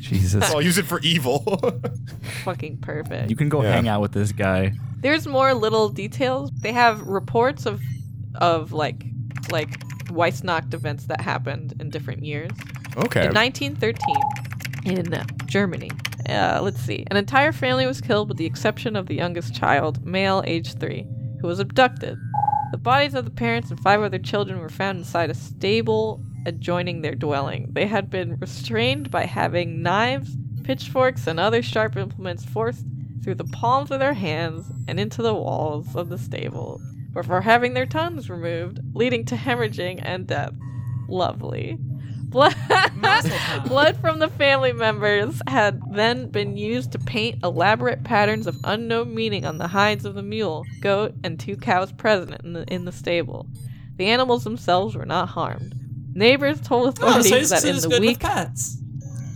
Speaker 1: Jesus.
Speaker 3: So I'll use it for evil. [laughs]
Speaker 4: Fucking perfect.
Speaker 1: You can go
Speaker 3: Yeah.
Speaker 1: hang out with this guy.
Speaker 4: There's more little details. They have reports of of like like Weissnacht events that happened in different years.
Speaker 3: okay.
Speaker 4: In 1913, in Germany. Uh, let's see. An entire family was killed with the exception of the youngest child, male, age three, who was abducted. The bodies of the parents and five other children were found inside a stable adjoining their dwelling. They had been restrained by having knives, pitchforks, and other sharp implements forced through the palms of their hands and into the walls of the stable, before having their tongues removed, leading to hemorrhaging and death. Lovely. Blood, [laughs] blood from the family members had then been used to paint elaborate patterns of unknown meaning on the hides of the mule, goat, and two cows present in the, in the stable. The animals themselves were not harmed. Neighbors told
Speaker 7: Oh,
Speaker 4: authorities
Speaker 7: so he's,
Speaker 4: that in
Speaker 7: he's
Speaker 4: the
Speaker 7: good
Speaker 4: week.
Speaker 7: with pets.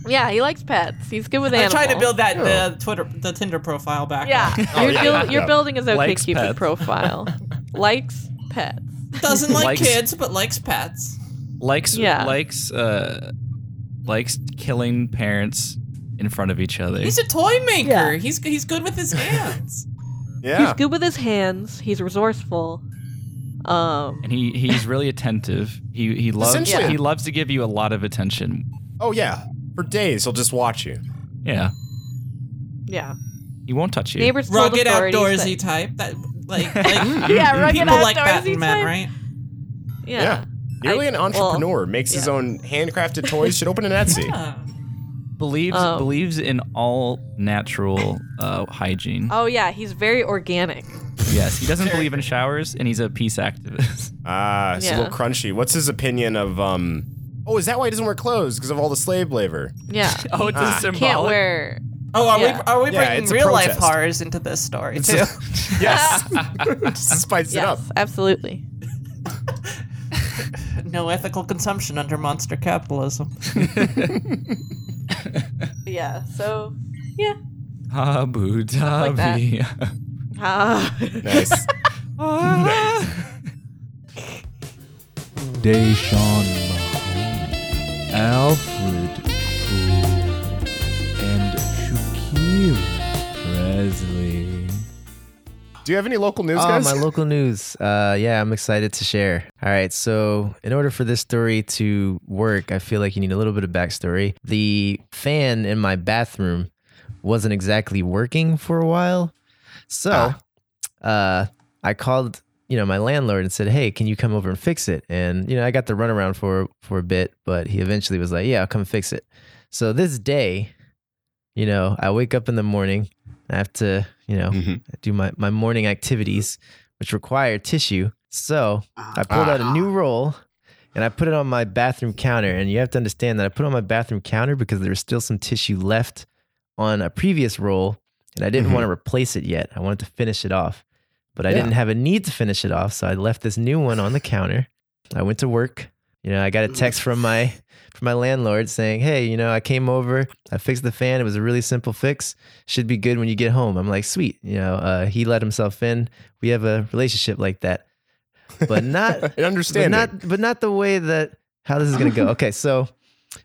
Speaker 4: Yeah, he likes pets. He's good with
Speaker 7: I'm
Speaker 4: animals.
Speaker 7: trying to build that uh, Twitter, the Tinder profile back.
Speaker 4: Yeah,
Speaker 7: up.
Speaker 4: you're,
Speaker 3: Oh, yeah,
Speaker 4: buil-
Speaker 3: yeah,
Speaker 4: you're
Speaker 3: yeah.
Speaker 4: building his
Speaker 1: Likes
Speaker 4: OKCupid
Speaker 1: pets.
Speaker 4: profile. likes pets.
Speaker 7: Doesn't like
Speaker 1: Likes-
Speaker 7: kids, but likes pets.
Speaker 1: Likes
Speaker 4: Yeah.
Speaker 1: likes uh likes killing parents in front of each other.
Speaker 7: He's a toy maker.
Speaker 4: Yeah.
Speaker 7: He's he's good with his hands.
Speaker 4: He's
Speaker 3: yeah.
Speaker 4: good with his hands. He's resourceful. Um,
Speaker 1: and he he's really attentive. He he loves
Speaker 3: Essentially-
Speaker 1: he loves to give you a lot of attention.
Speaker 3: Oh, yeah. For days, he'll just watch you.
Speaker 1: Yeah.
Speaker 4: yeah.
Speaker 1: He won't touch you.
Speaker 4: Neighbors told
Speaker 7: Rugged
Speaker 4: authorities
Speaker 7: outdoorsy
Speaker 4: that-
Speaker 7: type. That
Speaker 1: [laughs]
Speaker 7: like, like
Speaker 4: [laughs] Yeah, rugged
Speaker 7: people like that
Speaker 4: outdoorsy
Speaker 7: in men,
Speaker 4: type.
Speaker 7: right?
Speaker 4: Yeah.
Speaker 3: Yeah. Nearly
Speaker 4: I-
Speaker 3: an
Speaker 4: well,
Speaker 3: entrepreneur makes his own handcrafted toys,
Speaker 4: [laughs]
Speaker 3: should open an Etsy.
Speaker 7: Yeah.
Speaker 1: believes
Speaker 4: Um,
Speaker 1: believes in all natural uh, hygiene.
Speaker 4: Oh yeah, he's very organic.
Speaker 1: Yes, he doesn't believe in showers, and he's a peace activist.
Speaker 3: [laughs] Ah, it's
Speaker 4: Yeah.
Speaker 3: a little crunchy. What's his opinion of, um, oh, is that why he doesn't wear clothes? Because of all the slave labor. [laughs]
Speaker 4: Yeah.
Speaker 1: [laughs] oh, it's
Speaker 3: Ah,
Speaker 1: a symbolic.
Speaker 4: Can't wear.
Speaker 7: [laughs] Oh, are
Speaker 4: Yeah.
Speaker 7: we are we
Speaker 3: Yeah,
Speaker 7: bringing
Speaker 3: it's a
Speaker 7: real life
Speaker 3: protest.
Speaker 7: horrors into this story
Speaker 3: It's
Speaker 7: too? [laughs]
Speaker 3: a- yes. [laughs] just spice it up.
Speaker 4: Yes, absolutely.
Speaker 7: no ethical consumption under monster
Speaker 3: [laughs]
Speaker 7: capitalism.
Speaker 4: [laughs] Yeah. So, yeah.
Speaker 1: Abu
Speaker 4: like that.
Speaker 1: Dhabi.
Speaker 4: Ah. [laughs]
Speaker 3: Nice.
Speaker 1: Deshaun Mahoney, Alfred Cool, and Shakira Presley.
Speaker 3: Do you have any local news,
Speaker 8: Oh,
Speaker 3: guys?
Speaker 8: my local news. Uh, yeah, I'm excited to share. All right, so in order for this story to work, I feel like you need a little bit of backstory. The fan in my bathroom wasn't exactly working for a while, so
Speaker 3: Ah.
Speaker 8: uh, I called you know my landlord and said, "Hey, can you come over and fix it?" And you know I got the runaround for for a bit, but he eventually was like, "Yeah, I'll come fix it." So this day, you know, I wake up in the morning. I have to, you know,
Speaker 3: Mhm.
Speaker 8: do my, my morning activities, which require tissue. So I pulled out a new roll and I put it on my bathroom counter. And you have to understand that I put it on my bathroom counter because there was still some tissue left on a previous roll. And I didn't
Speaker 3: Mhm.
Speaker 8: want to replace it yet. I wanted to finish it off, but I
Speaker 3: Yeah.
Speaker 8: didn't have a need to finish it off. So I left this new one on the counter. I went to work. You know, I got a text from my from my landlord saying, "Hey, you know, I came over. I fixed the fan. It was a really simple fix. Should be good when you get home." I'm like, "Sweet." You know, uh, he let himself in. We have a relationship like that, but not
Speaker 3: [laughs] I
Speaker 8: but
Speaker 3: understand.
Speaker 8: not, but not the way that how this is gonna
Speaker 2: [laughs]
Speaker 1: [laughs]
Speaker 8: go. Okay, so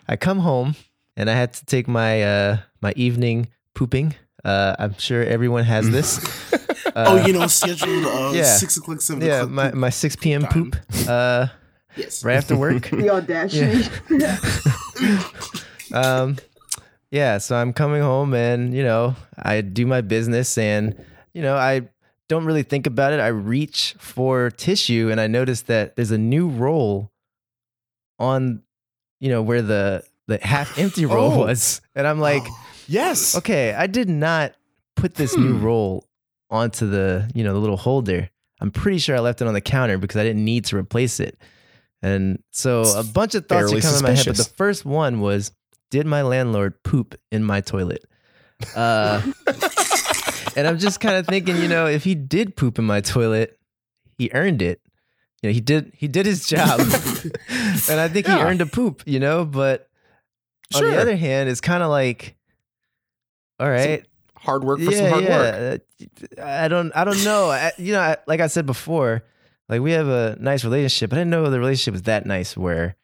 Speaker 8: I come home and I had to take my uh, my evening pooping. Uh, I'm sure everyone has this.
Speaker 9: oh,
Speaker 8: Uh,
Speaker 9: you know, scheduled uh,
Speaker 8: [laughs] yeah.
Speaker 9: six o'clock, seven
Speaker 8: yeah,
Speaker 9: o'clock.
Speaker 8: my, my 6 p.m. poop uh,
Speaker 9: yes.
Speaker 8: [laughs] right after [laughs]
Speaker 9: [laughs]
Speaker 8: work.
Speaker 6: The audacity.
Speaker 8: [laughs] um, yeah, so I'm coming home and, you know, I do my business and, you know, I don't really think about it. I reach for tissue and I notice that there's a new roll on, you know, where the, the half
Speaker 3: [laughs]
Speaker 8: empty roll
Speaker 3: Oh.
Speaker 8: was. And I'm like,
Speaker 3: [gasps] yes. Hmm.
Speaker 8: okay, I did not put this new roll onto the, you know, the little holder. I'm pretty sure I left it on the counter because I didn't need to replace it. And so a bunch of thoughts
Speaker 3: Fairly
Speaker 8: are coming in my head, but the
Speaker 3: suspicious.
Speaker 8: first one was, did my landlord poop in my toilet?
Speaker 3: [laughs]
Speaker 8: Uh, and I'm just kind of thinking, you know, if he did poop in my toilet, he earned it. You know, he did he did his
Speaker 3: [laughs]
Speaker 8: job. and I think he
Speaker 3: Yeah.
Speaker 8: earned a poop, you know, but on
Speaker 3: Sure.
Speaker 8: the other hand, it's kind of like all right,
Speaker 6: hard work for some hard work.
Speaker 8: Uh, I don't, I don't know. I, you know, I, like I said before, like we have a nice relationship. I didn't know the relationship was that nice where,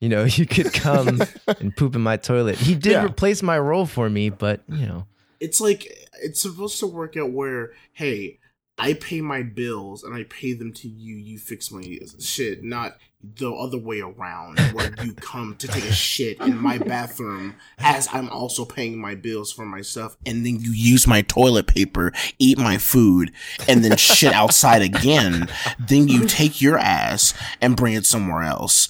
Speaker 8: you know, [laughs] you could
Speaker 6: [laughs]
Speaker 8: come and poop in my toilet. He did
Speaker 6: Yeah.
Speaker 8: replace my role for me, but you know,
Speaker 9: It's like it's supposed to work out where, hey, I pay my bills and I pay them to you. You fix my shit, not the other way around, where you come to take a shit in my bathroom as I'm also paying my bills for myself, and then you use my toilet paper, eat my food, and then shit outside again. Then you take your ass and bring it somewhere else.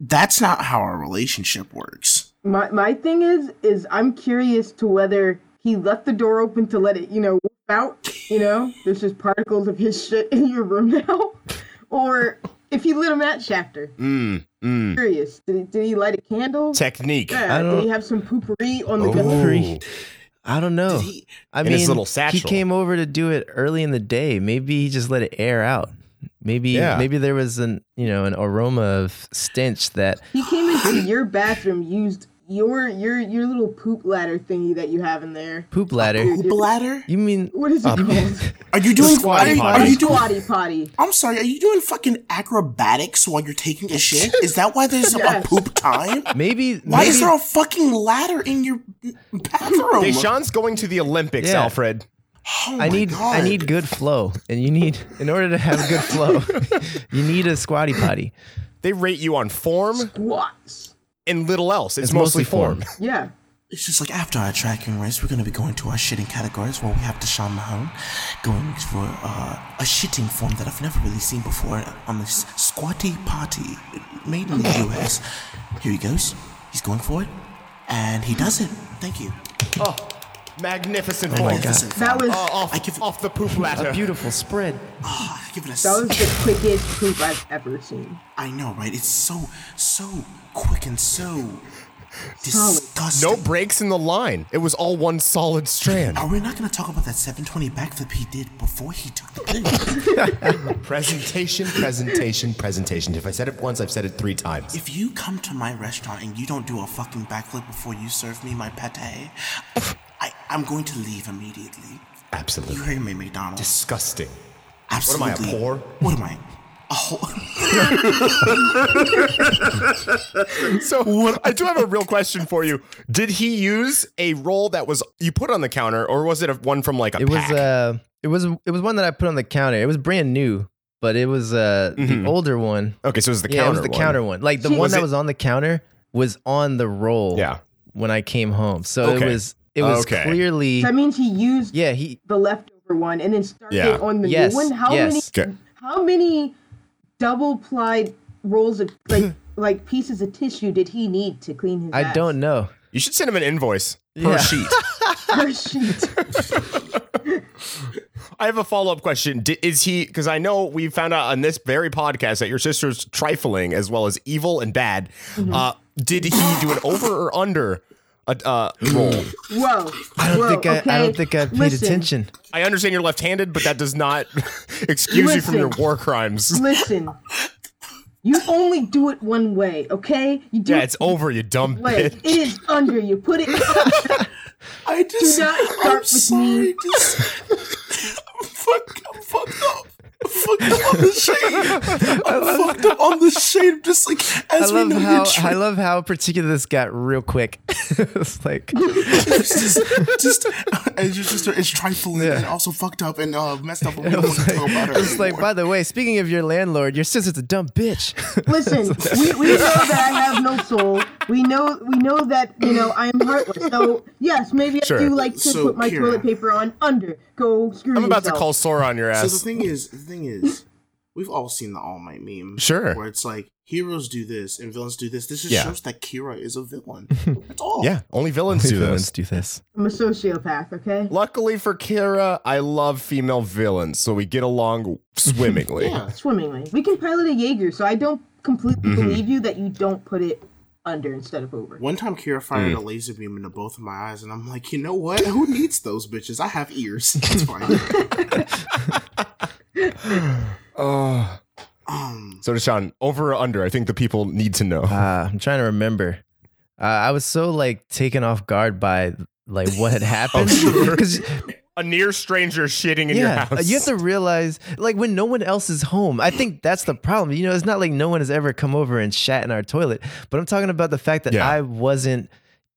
Speaker 9: That's not how our relationship works.
Speaker 5: My my thing is is I'm curious to whether he left the door open to let it, you know, whip out, you know, there's just particles of his shit in your room now, [laughs] or if he lit a match after.
Speaker 3: Mm, mm.
Speaker 5: Curious, did he, did he light a candle?
Speaker 3: Technique.
Speaker 5: yeah,
Speaker 8: I
Speaker 5: did
Speaker 8: don't-
Speaker 5: he have some poopery
Speaker 6: Oh.
Speaker 5: on the
Speaker 3: Ooh.
Speaker 5: gun?
Speaker 8: I don't know.
Speaker 9: Did he-
Speaker 8: I
Speaker 3: In
Speaker 8: mean,
Speaker 3: his little
Speaker 8: he
Speaker 3: satchel.
Speaker 8: came over to do it early in the day. Maybe he just let it air out. Maybe,
Speaker 3: Yeah.
Speaker 8: maybe there was an, you know, an aroma of stench that
Speaker 5: He came into your bathroom, used your your your little poop ladder thingy that you have in there.
Speaker 8: poop ladder.
Speaker 9: Poop
Speaker 8: [laughs]
Speaker 9: bladder?
Speaker 8: You mean
Speaker 5: What is it called?
Speaker 9: Are you doing?
Speaker 3: squatty
Speaker 9: Are you,
Speaker 3: potty.
Speaker 9: are you doing?
Speaker 5: Squatty potty.
Speaker 9: I'm sorry, are you doing fucking acrobatics while you're taking a
Speaker 5: [laughs]
Speaker 9: shit? Is that why there's a
Speaker 5: Yes.
Speaker 9: poop time?
Speaker 8: maybe,
Speaker 9: Why
Speaker 8: maybe
Speaker 9: is there a fucking ladder in your bathroom?
Speaker 3: Deshaun's going to the Olympics,
Speaker 8: Yeah.
Speaker 3: Alfred.
Speaker 9: Oh
Speaker 8: I
Speaker 9: my
Speaker 8: need I
Speaker 9: God.
Speaker 8: need good flow, and you need in order to have good flow, [laughs] you need a squatty potty.
Speaker 3: They rate you on form
Speaker 5: Squats.
Speaker 3: and little else. It's, mostly, form.
Speaker 5: Yeah.
Speaker 9: It's just like after our tracking race, we're gonna be going to our shitting categories where we have Deshaun Mahone going for uh, a shitting form that I've never really seen before on this squatty potty made in the
Speaker 5: [laughs]
Speaker 9: US. Here he goes. He's going for it. And he does it. Thank you.
Speaker 3: Oh, magnificent
Speaker 9: Oh
Speaker 3: form.
Speaker 9: my God.
Speaker 5: That was
Speaker 3: Oh,
Speaker 9: I
Speaker 3: off,
Speaker 9: give-
Speaker 3: off the poop ladder.
Speaker 8: Beautiful spread.
Speaker 9: Ah, give it a
Speaker 5: that was the quickest poop I've ever seen.
Speaker 9: I know, right? It's so, so quick and so disgusting.
Speaker 3: No breaks in the line. It was all one
Speaker 9: [laughs]
Speaker 3: solid strand.
Speaker 9: Are we not going to talk about that 720 backflip he did before he took the pill?
Speaker 3: presentation, presentation, presentation. If I said it once, I've said it three times.
Speaker 9: if you come to my restaurant and you don't do a fucking backflip before you serve me my pate, I, I'm going to leave immediately. You
Speaker 3: Absolutely
Speaker 9: hear me, McDonald's?
Speaker 3: disgusting. am I, a
Speaker 9: Absolutely.
Speaker 3: whore?
Speaker 9: What am I? A
Speaker 3: Oh.
Speaker 9: whore?
Speaker 3: [laughs] So I do have a real question for you. Did he use a roll that was you put on the counter, or was it a, one from like a
Speaker 8: It was
Speaker 3: pack?
Speaker 8: uh, it was it was one that I put on the counter. It was brand new, but it was uh the
Speaker 3: Mhm.
Speaker 8: older one.
Speaker 3: okay, so it was the
Speaker 8: yeah,
Speaker 3: counter.
Speaker 8: it was the
Speaker 3: one.
Speaker 8: counter one. Like the one
Speaker 3: Was
Speaker 8: that
Speaker 3: it-
Speaker 8: was on the counter was on the roll.
Speaker 3: Yeah.
Speaker 8: when I came home, so
Speaker 3: Okay.
Speaker 8: it was it was
Speaker 3: Okay.
Speaker 8: clearly
Speaker 5: That means he used
Speaker 8: yeah he
Speaker 5: the leftover one and then started
Speaker 3: Yeah.
Speaker 5: on the
Speaker 8: Yes,
Speaker 5: new one. How
Speaker 8: yes.
Speaker 3: Okay.
Speaker 5: many? How many double plied rolls of
Speaker 8: [laughs]
Speaker 5: like like pieces of tissue did he need to clean his?
Speaker 8: I
Speaker 5: ass?
Speaker 8: don't know.
Speaker 3: You should send him an invoice per
Speaker 8: Yeah. [laughs]
Speaker 3: sheet.
Speaker 5: Per sheet.
Speaker 3: [laughs] I have a follow up question. D- is he, because I know we found out on this very podcast that your sister's trifling as well as evil and bad.
Speaker 5: Mm-hmm.
Speaker 3: Uh, did he do an over or under a, uh, roll?
Speaker 5: Whoa.
Speaker 8: I don't
Speaker 5: Whoa,
Speaker 8: think I, I
Speaker 5: okay.
Speaker 8: don't think I paid
Speaker 5: Listen,
Speaker 8: attention.
Speaker 3: I understand you're left handed, but that does not [laughs] excuse you from your
Speaker 5: Listen.
Speaker 3: war crimes.
Speaker 5: Listen. You only do it one way,
Speaker 8: [laughs]
Speaker 5: okay? You do
Speaker 3: [laughs] Yeah,
Speaker 5: it
Speaker 3: it's over, you dumb
Speaker 5: way.
Speaker 3: bitch.
Speaker 5: It is under you. Put
Speaker 8: [laughs]
Speaker 5: it
Speaker 9: I just.
Speaker 5: not start
Speaker 9: I'm
Speaker 5: with
Speaker 9: sorry.
Speaker 5: me.
Speaker 9: Just, I'm, fuck, I'm fucked up. I'm fucked up
Speaker 8: [laughs]
Speaker 9: on the shade. I'm fucked up on the shade. I'm just like,
Speaker 8: I
Speaker 9: as we
Speaker 8: love
Speaker 9: know,
Speaker 8: how
Speaker 9: you're
Speaker 8: I
Speaker 9: trying
Speaker 8: love how particular this got real quick. [laughs] it's like
Speaker 9: just, just as your sister is trifling and also fucked up and uh, messed
Speaker 8: [laughs]
Speaker 9: up. And we don't want to talk about her.
Speaker 8: It's like,
Speaker 9: anymore.
Speaker 8: by the way, speaking of your landlord, your sister's a dumb bitch. [laughs]
Speaker 5: Listen, we, we
Speaker 3: [laughs]
Speaker 5: know that I have no soul. We know we know that you know I am heartless. So yes, maybe
Speaker 3: Sure.
Speaker 5: I do like to
Speaker 9: So,
Speaker 5: put my
Speaker 9: Kira-
Speaker 5: toilet paper on under. Go screw
Speaker 3: I'm about to
Speaker 5: yourself.
Speaker 3: call Sora on your
Speaker 9: So the
Speaker 3: ass.
Speaker 9: thing is, the thing is, we've all seen the All Might meme.
Speaker 3: Sure.
Speaker 9: Where it's like heroes do this and villains do this. This just
Speaker 3: Yeah.
Speaker 9: shows that Kira is a
Speaker 8: [laughs]
Speaker 9: villain. That's all.
Speaker 3: Yeah, only villains do
Speaker 8: Villains
Speaker 3: this.
Speaker 8: do this.
Speaker 5: I'm a sociopath. Okay.
Speaker 3: Luckily for Kira, I love female villains, so we get along swimmingly.
Speaker 9: [laughs] Yeah.
Speaker 5: Swimmingly, we can pilot a Jaeger. So I don't completely
Speaker 3: Mm-hmm.
Speaker 5: believe you that you don't put it under instead of over.
Speaker 9: One time, Kira fired
Speaker 8: Hmm.
Speaker 9: a laser beam into both of my eyes, and I'm like, you know what? Who needs those bitches? I have ears. [laughs] It's fine.
Speaker 3: Oh.
Speaker 9: um,
Speaker 3: So, Deshaun, over or under? I think the people need to know.
Speaker 8: Ah, Uh, I'm trying to remember. Uh, I was so like taken off guard by like what
Speaker 3: [laughs]
Speaker 8: had happened.
Speaker 3: Oh, sure.
Speaker 8: 'Cause-
Speaker 3: A near stranger shitting in
Speaker 8: yeah,
Speaker 3: your house.
Speaker 5: [laughs]
Speaker 8: you have to realize like when no one else is home. I think that's the problem. You know, it's not like no one has ever come over and shat in our toilet, but I'm talking about the fact that
Speaker 3: Yeah.
Speaker 8: I wasn't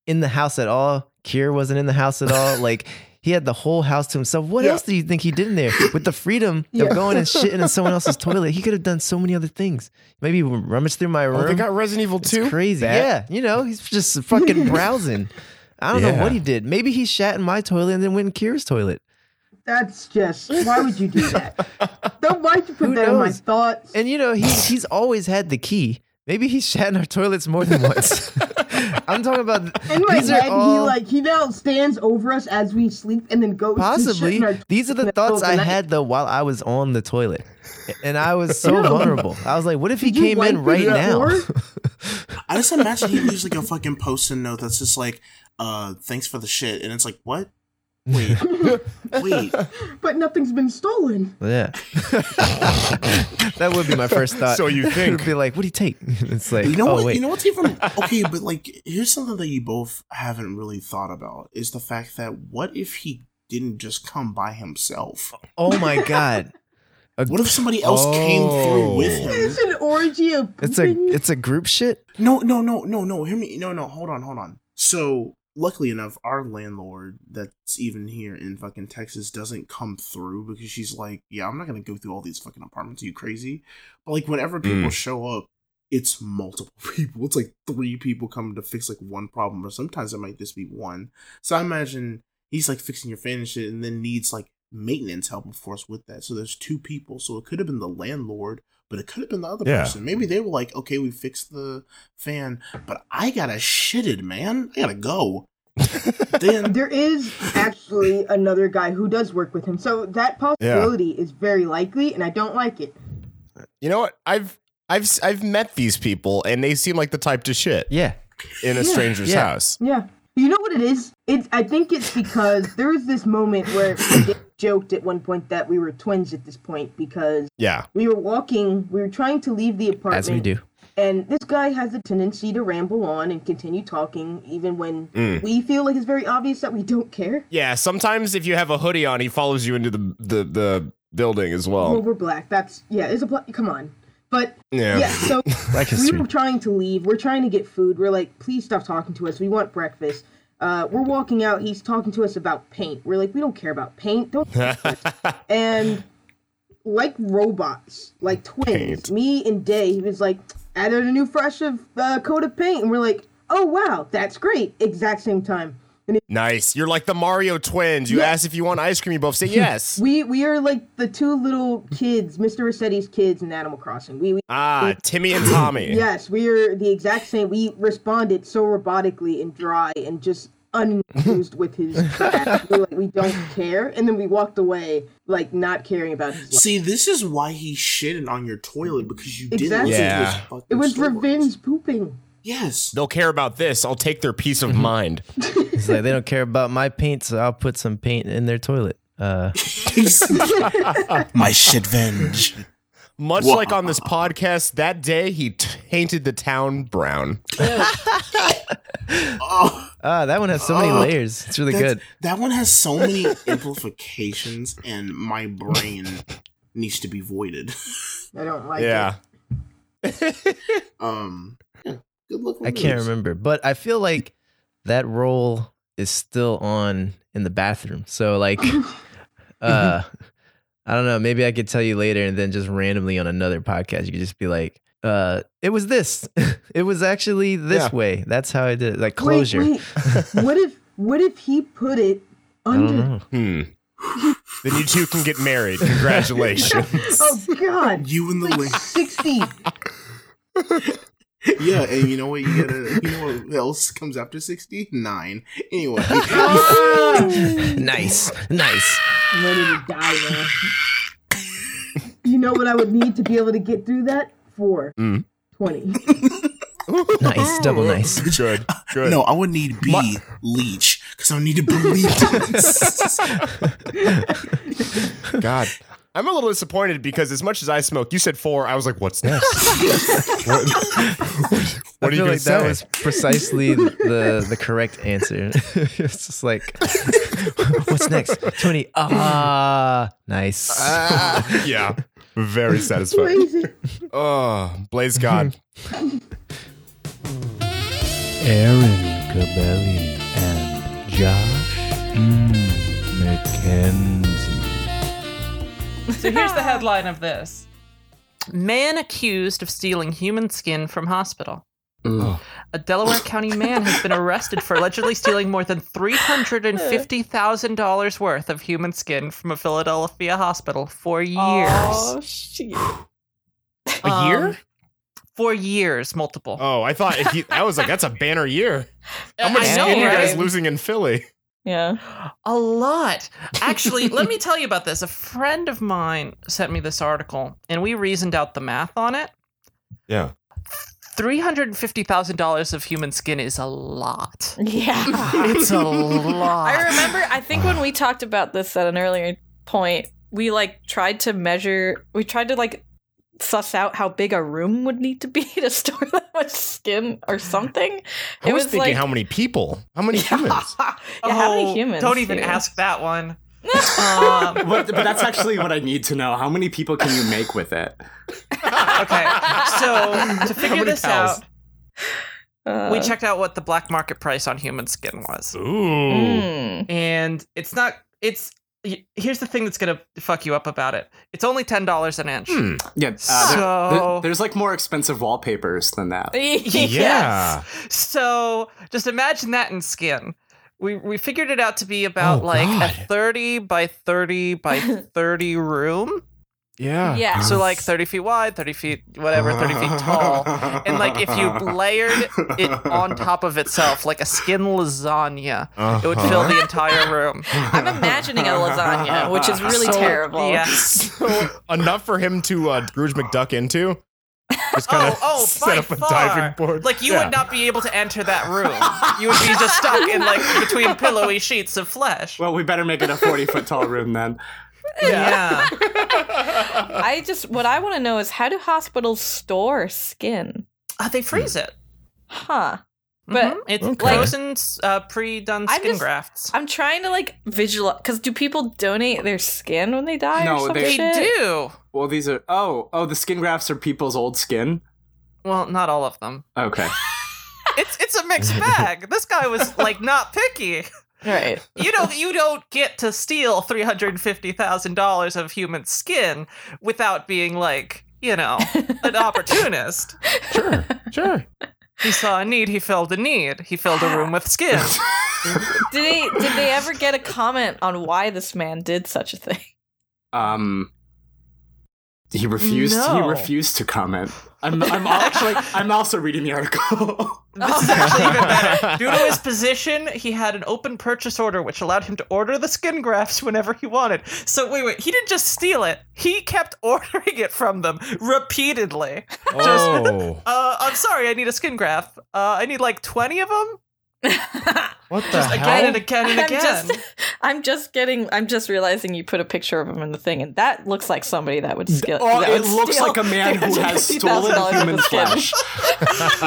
Speaker 8: in the house at all. Kier wasn't in the house at
Speaker 3: [laughs]
Speaker 8: all. like he had the whole house to himself. What
Speaker 9: Yeah.
Speaker 8: else do you think he did in there? With the freedom
Speaker 5: Yeah.
Speaker 8: of going and shitting in
Speaker 3: [laughs]
Speaker 8: someone else's toilet, he could have done so many other things. Maybe rummage through my room.
Speaker 3: Oh, they got Resident Evil
Speaker 8: It's
Speaker 3: 2?
Speaker 8: crazy. Yeah, you know, he's just fucking browsing. I don't know
Speaker 3: Yeah.
Speaker 8: what he did. Maybe he shat in my toilet and then went in Kira's toilet.
Speaker 5: That's just why would you
Speaker 3: [laughs]
Speaker 5: do that? Don't why'd you put
Speaker 8: Who
Speaker 5: that in my
Speaker 8: knows?
Speaker 5: thoughts?
Speaker 8: And you know, he's he's always had the key. Maybe he shat in our toilets more than once. I'm
Speaker 5: [laughs]
Speaker 8: talking about
Speaker 5: In my
Speaker 8: these
Speaker 5: head,
Speaker 8: are all
Speaker 5: he like he now stands over us as we sleep and then goes to shit
Speaker 8: possibly
Speaker 5: in our-
Speaker 8: these are
Speaker 5: in
Speaker 8: the
Speaker 5: the
Speaker 8: thoughts I
Speaker 5: middle of the
Speaker 8: had though while I was on the toilet, and I was so vulnerable. I was like, what if he
Speaker 5: Did you
Speaker 8: came
Speaker 5: wipe
Speaker 8: in
Speaker 5: through
Speaker 8: right
Speaker 5: the
Speaker 8: now?
Speaker 5: door?
Speaker 9: I just imagine he leaves like a fucking post-it note that's just like, uh, thanks for the shit, and it's like, what? Wait, wait.
Speaker 5: [laughs] But nothing's been stolen.
Speaker 8: [laughs] Yeah, that would be my first thought.
Speaker 3: So you
Speaker 8: [laughs] it would
Speaker 3: think.
Speaker 8: be like, what do you take? [laughs] It's like,
Speaker 9: You know
Speaker 8: oh
Speaker 9: what?
Speaker 8: wait,
Speaker 9: You know what's
Speaker 8: [laughs]
Speaker 9: even okay, but like, here's something that you both haven't really thought about is the fact that what if he didn't just come by himself?
Speaker 8: oh my god,
Speaker 9: [laughs]
Speaker 8: A-
Speaker 9: What if somebody else came through with
Speaker 3: Oh.
Speaker 9: him?
Speaker 5: It's an orgy of
Speaker 8: it's a
Speaker 5: pooping.
Speaker 8: it's a group shit.
Speaker 9: No, no, no, no, no. Hear me. No, no. Hold on, hold on. So, luckily enough, our landlord that's even here in fucking Texas doesn't come through because she's like, yeah, I'm not gonna go through all these fucking apartments. Are you crazy? But like, whenever people
Speaker 3: Mm.
Speaker 9: show up, it's multiple [laughs] people. It's like three people coming to fix like one problem, or sometimes it might just be one. So I imagine he's like fixing your fan and shit, and then needs like maintenance help, of course, with that. So there's two people. So it could have been the landlord, but it could have been the other
Speaker 3: Yeah.
Speaker 9: person. Maybe they were like, okay, we fixed the fan, but I gotta shitted, man. I gotta go. then
Speaker 5: There is actually another guy who does work with him, so that possibility is very likely, and I don't like it.
Speaker 3: You know what? I've I've s- I've met these people and they seem like the type to shit
Speaker 8: Yeah,
Speaker 3: in a stranger's
Speaker 8: yeah.
Speaker 3: house.
Speaker 5: Yeah. You know what it is? It's I think it's because there was this moment
Speaker 3: [coughs]
Speaker 5: where Dick joked at one point that we were twins at this point because
Speaker 3: Yeah.
Speaker 5: we were walking, we were trying to leave the apartment.
Speaker 8: as we do.
Speaker 5: And this guy has a tendency to ramble on and continue talking even when
Speaker 3: Mm.
Speaker 5: we feel like it's very obvious that we don't care.
Speaker 3: Yeah, sometimes if you have a hoodie on, he follows you into the the, the building as
Speaker 5: Well,
Speaker 3: well.
Speaker 5: we're black. That's yeah, it's a pla- come on. But
Speaker 3: Yeah.
Speaker 5: yeah, so
Speaker 8: Black
Speaker 5: we
Speaker 8: history.
Speaker 5: were trying to leave. We're trying to get food. We're like, please stop talking to us. We want breakfast. Uh, we're walking out. He's talking to us about paint. We're like, we don't care about paint. Don't. and like robots, like twins,
Speaker 3: Paint.
Speaker 5: me and Day, he was like, added a new fresh of uh, coat of paint, and we're like, oh wow, that's great. Exact same time. And it,
Speaker 3: nice. You're like the Mario twins. You ask if you want ice cream,
Speaker 8: [laughs]
Speaker 3: you both say yes.
Speaker 5: [laughs] we we are like the two little kids, Mr. Rossetti's kids in Animal Crossing. We, we
Speaker 3: ah, Timmy and Tommy.
Speaker 5: Yes, we are the exact same. We responded so robotically and dry and just unused with his
Speaker 8: [laughs]
Speaker 5: act. We're like, we don't care. And then we walked away, like, not caring about his life.
Speaker 9: see, this is why he shitted on your toilet because you didn't
Speaker 5: Exactly.
Speaker 9: listen to his
Speaker 3: Yeah.
Speaker 9: fucking
Speaker 5: It was
Speaker 9: stories.
Speaker 5: revenge pooping.
Speaker 9: Yes.
Speaker 3: They'll care about this. I'll take their peace
Speaker 8: Mm-hmm. [laughs]
Speaker 3: of mind.
Speaker 8: It's like they don't care about my paint, so I'll put some paint in their toilet. Uh,
Speaker 9: My shitvenge.
Speaker 3: Much
Speaker 9: Wow.
Speaker 3: like on this podcast, that day he tainted the
Speaker 8: [laughs]
Speaker 3: town
Speaker 9: [laughs]
Speaker 3: brown.
Speaker 9: Oh.
Speaker 8: ah, that one has so many
Speaker 9: Oh,
Speaker 8: layers. It's really
Speaker 9: That's-
Speaker 8: good.
Speaker 9: That one has so
Speaker 8: [laughs]
Speaker 9: many amplifications, and my brain needs to be voided.
Speaker 5: I don't like
Speaker 3: Yeah.
Speaker 9: Um, yeah, good luck. With
Speaker 8: I can't
Speaker 9: those.
Speaker 8: remember, but I feel like that role is still on in the bathroom. So like, uh, I don't know. Maybe I could tell you later, and then just randomly on another podcast, you could just be like, uh, "It was this. [laughs] it was actually this
Speaker 3: Yeah.
Speaker 8: way. That's how I did it. Like
Speaker 5: it. [laughs]
Speaker 8: closure." [laughs]
Speaker 5: Wait, wait. what if what if he put it
Speaker 8: I don't
Speaker 5: under
Speaker 8: know.
Speaker 3: Hmm. then you two can get married.
Speaker 5: [laughs]
Speaker 3: Congratulations.
Speaker 5: [laughs] Oh god.
Speaker 9: You and the link.
Speaker 5: Sixty.
Speaker 9: [laughs] Yeah, and you know what? You gotta. You know what else comes after sixty nine?
Speaker 5: [laughs]
Speaker 9: Anyway,
Speaker 8: [laughs] nice, nice.
Speaker 5: I'm ready to die, man. you know what I would need to be able to get through that? Four.
Speaker 3: Mm.
Speaker 8: [laughs]
Speaker 5: Twenty. [laughs]
Speaker 8: Nice, double nice.
Speaker 3: Good. Good.
Speaker 9: no, I would need B
Speaker 3: My-
Speaker 9: leech because I need to believe. this.
Speaker 3: [laughs] God. I'm a little disappointed because as much as I smoke, you said four. I was like, what's next? what, [laughs]
Speaker 6: [laughs]
Speaker 3: what,
Speaker 8: I
Speaker 3: are you
Speaker 8: feel
Speaker 3: going
Speaker 8: like
Speaker 3: to
Speaker 8: that
Speaker 3: say?
Speaker 8: was precisely the the correct answer. [laughs] it's just
Speaker 3: [laughs]
Speaker 8: like, what's next? Twenty. Ah, nice. [laughs]
Speaker 3: Ah, yeah. Very satisfying.
Speaker 5: Crazy.
Speaker 3: Oh, Blaze God.
Speaker 1: Aaron Cabelli and Josh mm, McKenzie.
Speaker 6: So here's the headline of this Man accused of stealing human skin from hospital. Mm.
Speaker 3: Oh,
Speaker 6: A Delaware County man has been arrested for allegedly stealing more than $350,000 worth of human skin from a Philadelphia hospital for years.
Speaker 4: Oh, shit.
Speaker 6: a year? [laughs] For years, multiple.
Speaker 3: Oh, I thought he, I was like, that's a banner year. How
Speaker 6: I
Speaker 3: much
Speaker 6: know,
Speaker 3: skin you guys
Speaker 6: right?
Speaker 3: losing in Philly?
Speaker 4: Yeah.
Speaker 6: A lot. Actually, let me tell you about this. A friend of mine sent me this article, and we reasoned out the math on it.
Speaker 3: Yeah.
Speaker 6: $350,000 of human skin is a lot.
Speaker 4: Yeah.
Speaker 6: It's a
Speaker 4: I
Speaker 6: lot.
Speaker 4: remember, I think when we talked about this at an earlier point, we like tried to measure, we tried to like suss out how big a room would need to be [laughs] to store that much skin or something.
Speaker 3: I
Speaker 4: It
Speaker 3: was,
Speaker 4: was
Speaker 3: thinking
Speaker 4: like-
Speaker 3: how many people, how many humans.
Speaker 4: [laughs] yeah, how many
Speaker 6: Oh,
Speaker 4: humans?
Speaker 6: Don't even
Speaker 4: do? [laughs]
Speaker 6: ask that one. um,
Speaker 10: But, but that's actually
Speaker 6: [laughs]
Speaker 10: what I need to know. How many people can you make with it?
Speaker 6: okay. So, to figure
Speaker 3: many
Speaker 6: this
Speaker 3: cows?
Speaker 4: Uh,
Speaker 6: out, we checked out what the black market price on human skin was.
Speaker 3: Ooh.
Speaker 4: mm.
Speaker 6: and it's not it's y- here's the thing that's gonna fuck you up about it it's only $10 an inch
Speaker 3: Hmm.
Speaker 10: Yeah. uh, there-
Speaker 6: So-
Speaker 10: there- there's like more expensive wallpapers
Speaker 4: [laughs]
Speaker 10: than
Speaker 6: [laughs]
Speaker 10: that.
Speaker 3: Yeah.
Speaker 6: so just imagine that in skin we we figured it out to be about
Speaker 3: Oh,
Speaker 6: like a
Speaker 3: God.
Speaker 6: 30 by 30
Speaker 4: [laughs]
Speaker 6: by 30 room
Speaker 3: Yeah.
Speaker 4: Yeah.
Speaker 6: so like 30 feet wide 30 feet whatever
Speaker 3: [laughs]
Speaker 6: 30 feet tall and like if you layered it on top of itself like a skin lasagna it would fill
Speaker 3: Uh-huh.
Speaker 6: the entire room
Speaker 4: I'm imagining a lasagna, which
Speaker 6: [laughs]
Speaker 4: is really
Speaker 6: So-
Speaker 4: terrible. [laughs]
Speaker 6: yes
Speaker 3: So enough for him to uh, Scrooge McDuck into.
Speaker 6: [laughs]
Speaker 3: Just kind of
Speaker 6: oh, oh, by
Speaker 3: set up a
Speaker 6: far.
Speaker 3: diving board.
Speaker 6: Like you
Speaker 3: Yeah.
Speaker 6: would not be able to enter that room. You would be just stuck in like [laughs] between pillowy sheets of flesh.
Speaker 10: Well, we better make it a 40 foot tall room
Speaker 6: [laughs]
Speaker 10: then.
Speaker 6: yeah.
Speaker 4: I just what I want to know is how do hospitals store skin?
Speaker 6: Uh, they freeze it.
Speaker 4: Huh. But-
Speaker 6: But it's
Speaker 3: Okay.
Speaker 6: Hmm? frozen, uh, pre-done
Speaker 4: I'm
Speaker 6: skin
Speaker 4: just-
Speaker 6: grafts.
Speaker 4: I'm trying to like visualize because do people donate their skin when they die?
Speaker 10: No,
Speaker 4: or some
Speaker 10: they-
Speaker 6: they
Speaker 4: shit?
Speaker 6: do.
Speaker 10: Well, these are. Oh, oh, the skin grafts are people's old skin.
Speaker 6: Well, not all of them. [laughs]
Speaker 10: Okay.
Speaker 6: It's it's a mixed bag. This guy was like not picky.
Speaker 4: Right.
Speaker 6: You don't you don't get to steal three hundred fifty thousand dollars of human skin without being like you know
Speaker 3: [laughs]
Speaker 6: an opportunist.
Speaker 3: sure, sure.
Speaker 6: He saw a need. He filled a need. He filled a room
Speaker 3: [laughs]
Speaker 6: with skin.
Speaker 4: Did they did they ever get a comment on why this man did such a
Speaker 6: [laughs]
Speaker 4: thing?
Speaker 10: Um, he refused.
Speaker 6: No.
Speaker 10: He refused to comment. I'm. I'm al- actually. I'm also reading the article.
Speaker 6: This is actually even better. [laughs] Due to his position, he had an open purchase order, which allowed him to order the skin grafts whenever he wanted. So wait, wait, he didn't just steal it; he kept [laughs] ordering it from them repeatedly.
Speaker 3: Oh,
Speaker 6: Uh, I'm sorry, I need a skin graft. Uh, I need like twenty of them
Speaker 3: what the
Speaker 6: again
Speaker 3: hell?
Speaker 6: and again and
Speaker 4: I'm
Speaker 6: again.
Speaker 4: just [laughs] I'm just getting I'm just realizing you put a picture of him in the thing and that looks like somebody that would steal.
Speaker 10: Oh,
Speaker 4: that
Speaker 10: it
Speaker 4: would
Speaker 10: looks
Speaker 4: steal
Speaker 10: like a man
Speaker 4: [laughs]
Speaker 10: who has
Speaker 4: $350,000
Speaker 10: stolen human
Speaker 4: worth of skin.
Speaker 10: flesh.
Speaker 4: [laughs]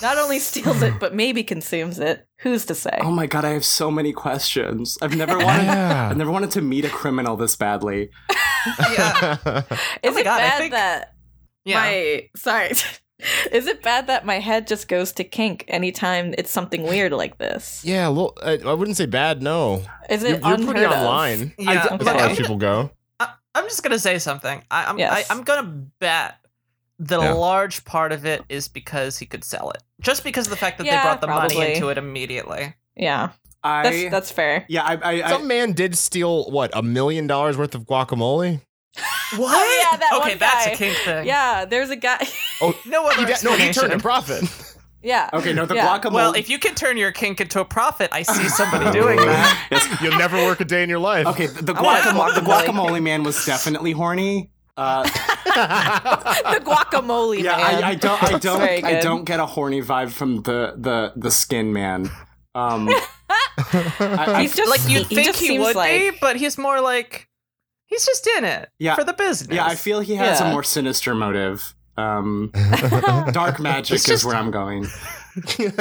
Speaker 4: Not only steals it,
Speaker 10: [laughs]
Speaker 4: but maybe consumes it. Who's to say?
Speaker 10: Oh my god, I have so many questions. I've never wanted.
Speaker 3: [laughs] Yeah.
Speaker 10: I've never wanted to meet a criminal this badly.
Speaker 6: yeah,
Speaker 4: Is
Speaker 6: Oh my
Speaker 4: it
Speaker 6: God, I
Speaker 4: bad
Speaker 6: think-
Speaker 4: that
Speaker 6: yeah.
Speaker 4: my [laughs] sorry? Is it bad that my head just goes to kink anytime it's something weird like this?
Speaker 3: Yeah, well, I, I wouldn't say bad. No,
Speaker 4: Is
Speaker 3: you're,
Speaker 4: it
Speaker 3: you're pretty
Speaker 4: unheard of?
Speaker 3: online.
Speaker 6: [laughs] yeah.
Speaker 10: I-
Speaker 3: As
Speaker 6: Look,
Speaker 3: far
Speaker 4: Okay.
Speaker 6: I'm
Speaker 3: as people go,
Speaker 6: I, I'm just gonna say something. I, I'm
Speaker 4: Yes.
Speaker 6: I, I'm gonna bet that
Speaker 3: Yeah.
Speaker 6: a large part of it is because he could sell it, just because of the fact that
Speaker 4: Yeah,
Speaker 6: they brought the money
Speaker 4: probably.
Speaker 6: into it immediately.
Speaker 4: Yeah,
Speaker 10: I.
Speaker 4: that's that's fair.
Speaker 10: yeah, I. I, I
Speaker 3: some man did steal what a million dollars worth of guacamole.
Speaker 6: What?
Speaker 4: Oh, yeah, that
Speaker 6: okay,
Speaker 4: one
Speaker 6: that's
Speaker 4: guy.
Speaker 6: a kink thing.
Speaker 4: Yeah, there's a guy. [laughs]
Speaker 6: [laughs] No other
Speaker 3: Oh, He did- no, he
Speaker 6: explanation.
Speaker 3: turned a profit.
Speaker 6: [laughs]
Speaker 4: yeah.
Speaker 10: okay, no, the
Speaker 4: Yeah.
Speaker 10: guacamole.
Speaker 6: well, if you can turn your kink into a profit, I
Speaker 10: [laughs]
Speaker 6: see somebody doing that.
Speaker 10: Yes.
Speaker 3: [laughs] You'll never work a day in your life.
Speaker 10: Okay, the
Speaker 4: I want a
Speaker 10: guacamole. The
Speaker 4: guacamole.
Speaker 10: guacamole man was definitely horny.
Speaker 3: [laughs]
Speaker 10: Uh,
Speaker 4: the guacamole
Speaker 10: yeah,
Speaker 4: man.
Speaker 10: I, I don't, I don't,
Speaker 4: Very
Speaker 10: I
Speaker 4: good.
Speaker 10: don't get a horny vibe from the the the skin man. Um, I, I,
Speaker 4: He's just
Speaker 6: Like you
Speaker 4: he
Speaker 6: think
Speaker 4: just
Speaker 6: he
Speaker 4: seems
Speaker 6: would
Speaker 4: like
Speaker 6: be, but he's more like He's just in it
Speaker 10: Yeah.
Speaker 6: for the business.
Speaker 10: Yeah, I feel he has
Speaker 6: Yeah.
Speaker 10: a more sinister motive.
Speaker 3: [laughs]
Speaker 10: Um, dark magic
Speaker 6: It's
Speaker 10: is
Speaker 6: just-
Speaker 10: where I'm going.
Speaker 6: [laughs]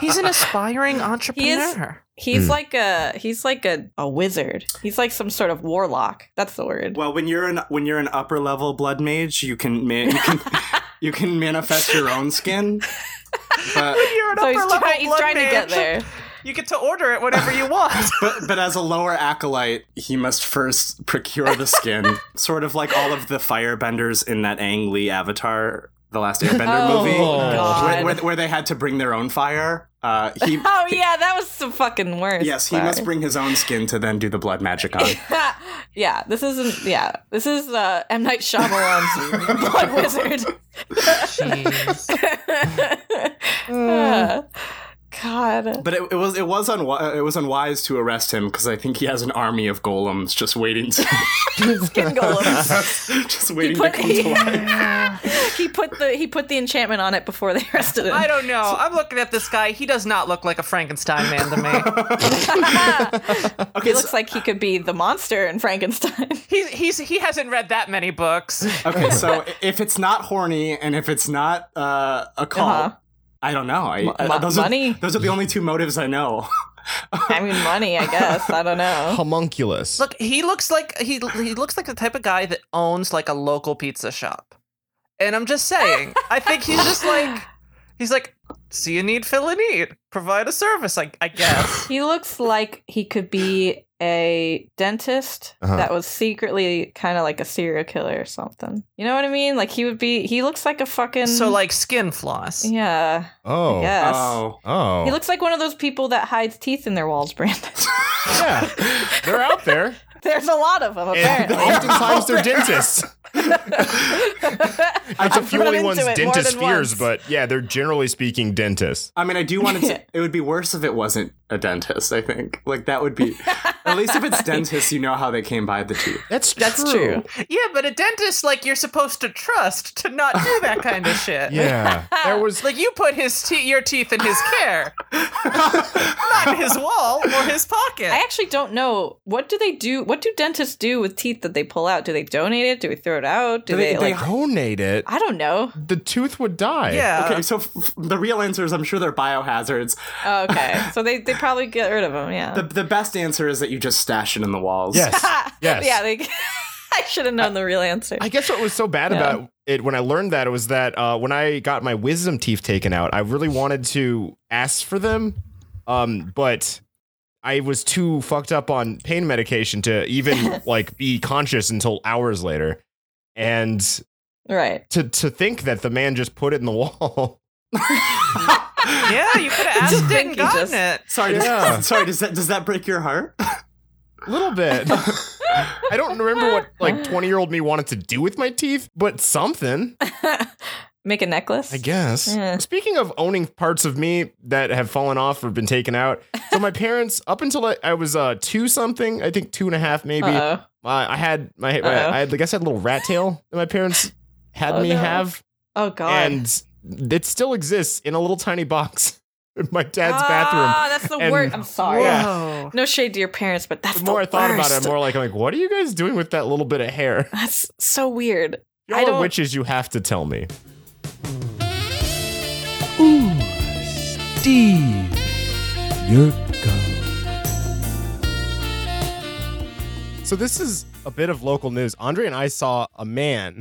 Speaker 6: He's an aspiring
Speaker 4: He is.
Speaker 6: entrepreneur.
Speaker 4: He's
Speaker 10: Mm.
Speaker 4: like a. He's like a, a wizard. He's like some sort of warlock. That's the word.
Speaker 10: Well, when you're an when you're an upper level blood mage, you can ma- you
Speaker 4: [laughs]
Speaker 10: can you can manifest your own skin. But
Speaker 6: You're an
Speaker 4: So he's
Speaker 6: upper level
Speaker 4: try- he's
Speaker 6: blood
Speaker 4: trying to get
Speaker 6: mage.
Speaker 4: there.
Speaker 6: You get to order it whenever you want.
Speaker 10: but but as a lower acolyte, he must first procure
Speaker 4: [laughs]
Speaker 10: the skin, sort of like all of the firebenders in that Ang Lee Avatar, the last Airbender
Speaker 4: Oh,
Speaker 10: movie,
Speaker 4: God.
Speaker 10: where, where, where they had to bring their own fire. Uh, [laughs]
Speaker 4: [laughs]
Speaker 10: he
Speaker 4: oh yeah, that was the fucking [laughs] worst.
Speaker 10: yes, he
Speaker 4: Sorry.
Speaker 10: must bring his own skin to then do the blood magic on.
Speaker 4: yeah, this isn't. Yeah, this is uh, M Night Shyamalan's Blood Wizard. [laughs] Uh, God.
Speaker 10: But it, it was it was unwi- it was unwise to arrest him because I think he has an army of golems just waiting to [laughs]
Speaker 4: skin golems.
Speaker 10: just waiting
Speaker 4: put-
Speaker 10: to
Speaker 4: [laughs]
Speaker 10: come to life.
Speaker 4: he put the he put the enchantment on it before they arrested him.
Speaker 6: I don't
Speaker 4: [laughs]
Speaker 6: know. I'm looking at this guy. He does not look like a Frankenstein man
Speaker 10: [laughs]
Speaker 6: to me.
Speaker 4: [laughs]
Speaker 6: [laughs]
Speaker 4: he looks like he could be the monster in Frankenstein.
Speaker 6: He's, he's he hasn't read that many books.
Speaker 10: Okay, so i- if it's not horny and if it's not uh, a call,
Speaker 4: Uh-huh.
Speaker 10: I don't know. I,
Speaker 4: Mo-
Speaker 10: I-
Speaker 4: mo-
Speaker 10: those
Speaker 4: money?
Speaker 10: Are, those are the only two motives I know.
Speaker 4: I mean, money. I guess. [laughs] I don't know.
Speaker 3: Homunculus.
Speaker 6: Look, he looks like he he looks like the type of guy that owns like a local pizza shop. And I'm just saying, I think he's just like he's like, see a need, fill a need, provide a service. I I guess.
Speaker 4: He looks like he could be a dentist
Speaker 3: Uh-huh.
Speaker 4: that was secretly kind of like a serial killer or something. You know what I mean? Like he would be. He looks like a fucking.
Speaker 6: so like skin floss.
Speaker 4: Yeah.
Speaker 3: Oh.
Speaker 4: Yes.
Speaker 10: Oh,
Speaker 3: Oh.
Speaker 4: He looks like one of those people that hides teeth in their walls, Brandon. [laughs]
Speaker 3: yeah. They're out there.
Speaker 4: There's a lot of them,
Speaker 3: And
Speaker 4: apparently.
Speaker 3: oftentimes they're
Speaker 4: [laughs]
Speaker 3: dentists. It's a
Speaker 4: I've
Speaker 3: few
Speaker 4: run
Speaker 3: only
Speaker 4: into
Speaker 3: one's
Speaker 4: it more
Speaker 3: dentist
Speaker 4: than
Speaker 3: fears,
Speaker 4: once.
Speaker 3: but yeah, they're generally speaking dentists.
Speaker 10: I mean, I do want it
Speaker 4: [laughs]
Speaker 10: to. It would be worse if it wasn't a dentist. I think like that would be. At least
Speaker 4: [laughs]
Speaker 10: if it's dentists, you know how they came by the teeth.
Speaker 3: That's true.
Speaker 4: That's true.
Speaker 6: Yeah, but a dentist like you're supposed to trust to not do that kind of shit. [laughs]
Speaker 3: Yeah. There was
Speaker 6: Like you put his te- your teeth in his care, not [laughs] his wall or his pocket.
Speaker 4: I actually don't know what do they do. What do dentists do with teeth that they pull out? Do they donate it? Do they throw it out? Do they, like?
Speaker 3: donate it.
Speaker 4: I don't know.
Speaker 3: The tooth would die.
Speaker 6: yeah.
Speaker 10: Okay, so f- f- the real answer is I'm sure they're biohazards.
Speaker 4: Oh,
Speaker 3: [laughs]
Speaker 4: okay, so they, they probably get rid of them. Yeah. [laughs]
Speaker 10: The the best answer is that you just stash it in the walls.
Speaker 3: Yes. Yes.
Speaker 4: yeah. They, [laughs] I should have known the real answer.
Speaker 3: I guess what was so bad about it when I learned that was that uh, when I got my wisdom teeth taken out, I really wanted to ask for them, um, but I was too fucked up on pain medication to
Speaker 4: [laughs]
Speaker 3: even like be conscious until hours later, and
Speaker 4: right.
Speaker 3: to to think that the man just put it in the [laughs] wall.
Speaker 6: yeah, you could have asked it
Speaker 4: think
Speaker 6: and
Speaker 4: he
Speaker 6: gotten
Speaker 4: just-
Speaker 6: it.
Speaker 10: Sorry. does-
Speaker 3: Yeah.
Speaker 10: sorry. Does that does that break your heart? [laughs]
Speaker 3: A
Speaker 4: [laughs]
Speaker 3: little bit. I don't remember what like twenty year old me wanted to do with my teeth, but something.
Speaker 4: Make a necklace.
Speaker 3: I guess.
Speaker 4: Yeah.
Speaker 3: Speaking of owning parts of me that have fallen off or been taken out,
Speaker 4: [laughs]
Speaker 3: so my parents, up until I, I was uh, two something, I think two and a half maybe, uh,
Speaker 4: Uh-oh.
Speaker 3: I had my, my
Speaker 4: Uh-oh.
Speaker 3: I had, I guess I had a little rat
Speaker 4: [laughs]
Speaker 3: tail that my parents had
Speaker 4: Oh,
Speaker 3: me
Speaker 4: no.
Speaker 3: have,
Speaker 4: Oh God.
Speaker 3: and it still exists in a little tiny box [laughs] in my dad's
Speaker 4: Ah,
Speaker 3: bathroom.
Speaker 4: that's the
Speaker 3: and-
Speaker 4: worst. I'm sorry.
Speaker 3: Yeah.
Speaker 6: Whoa.
Speaker 4: No shade to your parents, but that's
Speaker 3: The more I thought about it,
Speaker 4: worst.
Speaker 3: the more like I'm like, what are you guys doing with that little bit of hair?
Speaker 4: That's so weird. I
Speaker 3: Y'all are
Speaker 4: don't.
Speaker 3: witches. You have to tell me.
Speaker 1: Ooh, Steve, you're gone.
Speaker 3: So this is a bit of local news. Andre and I saw a man,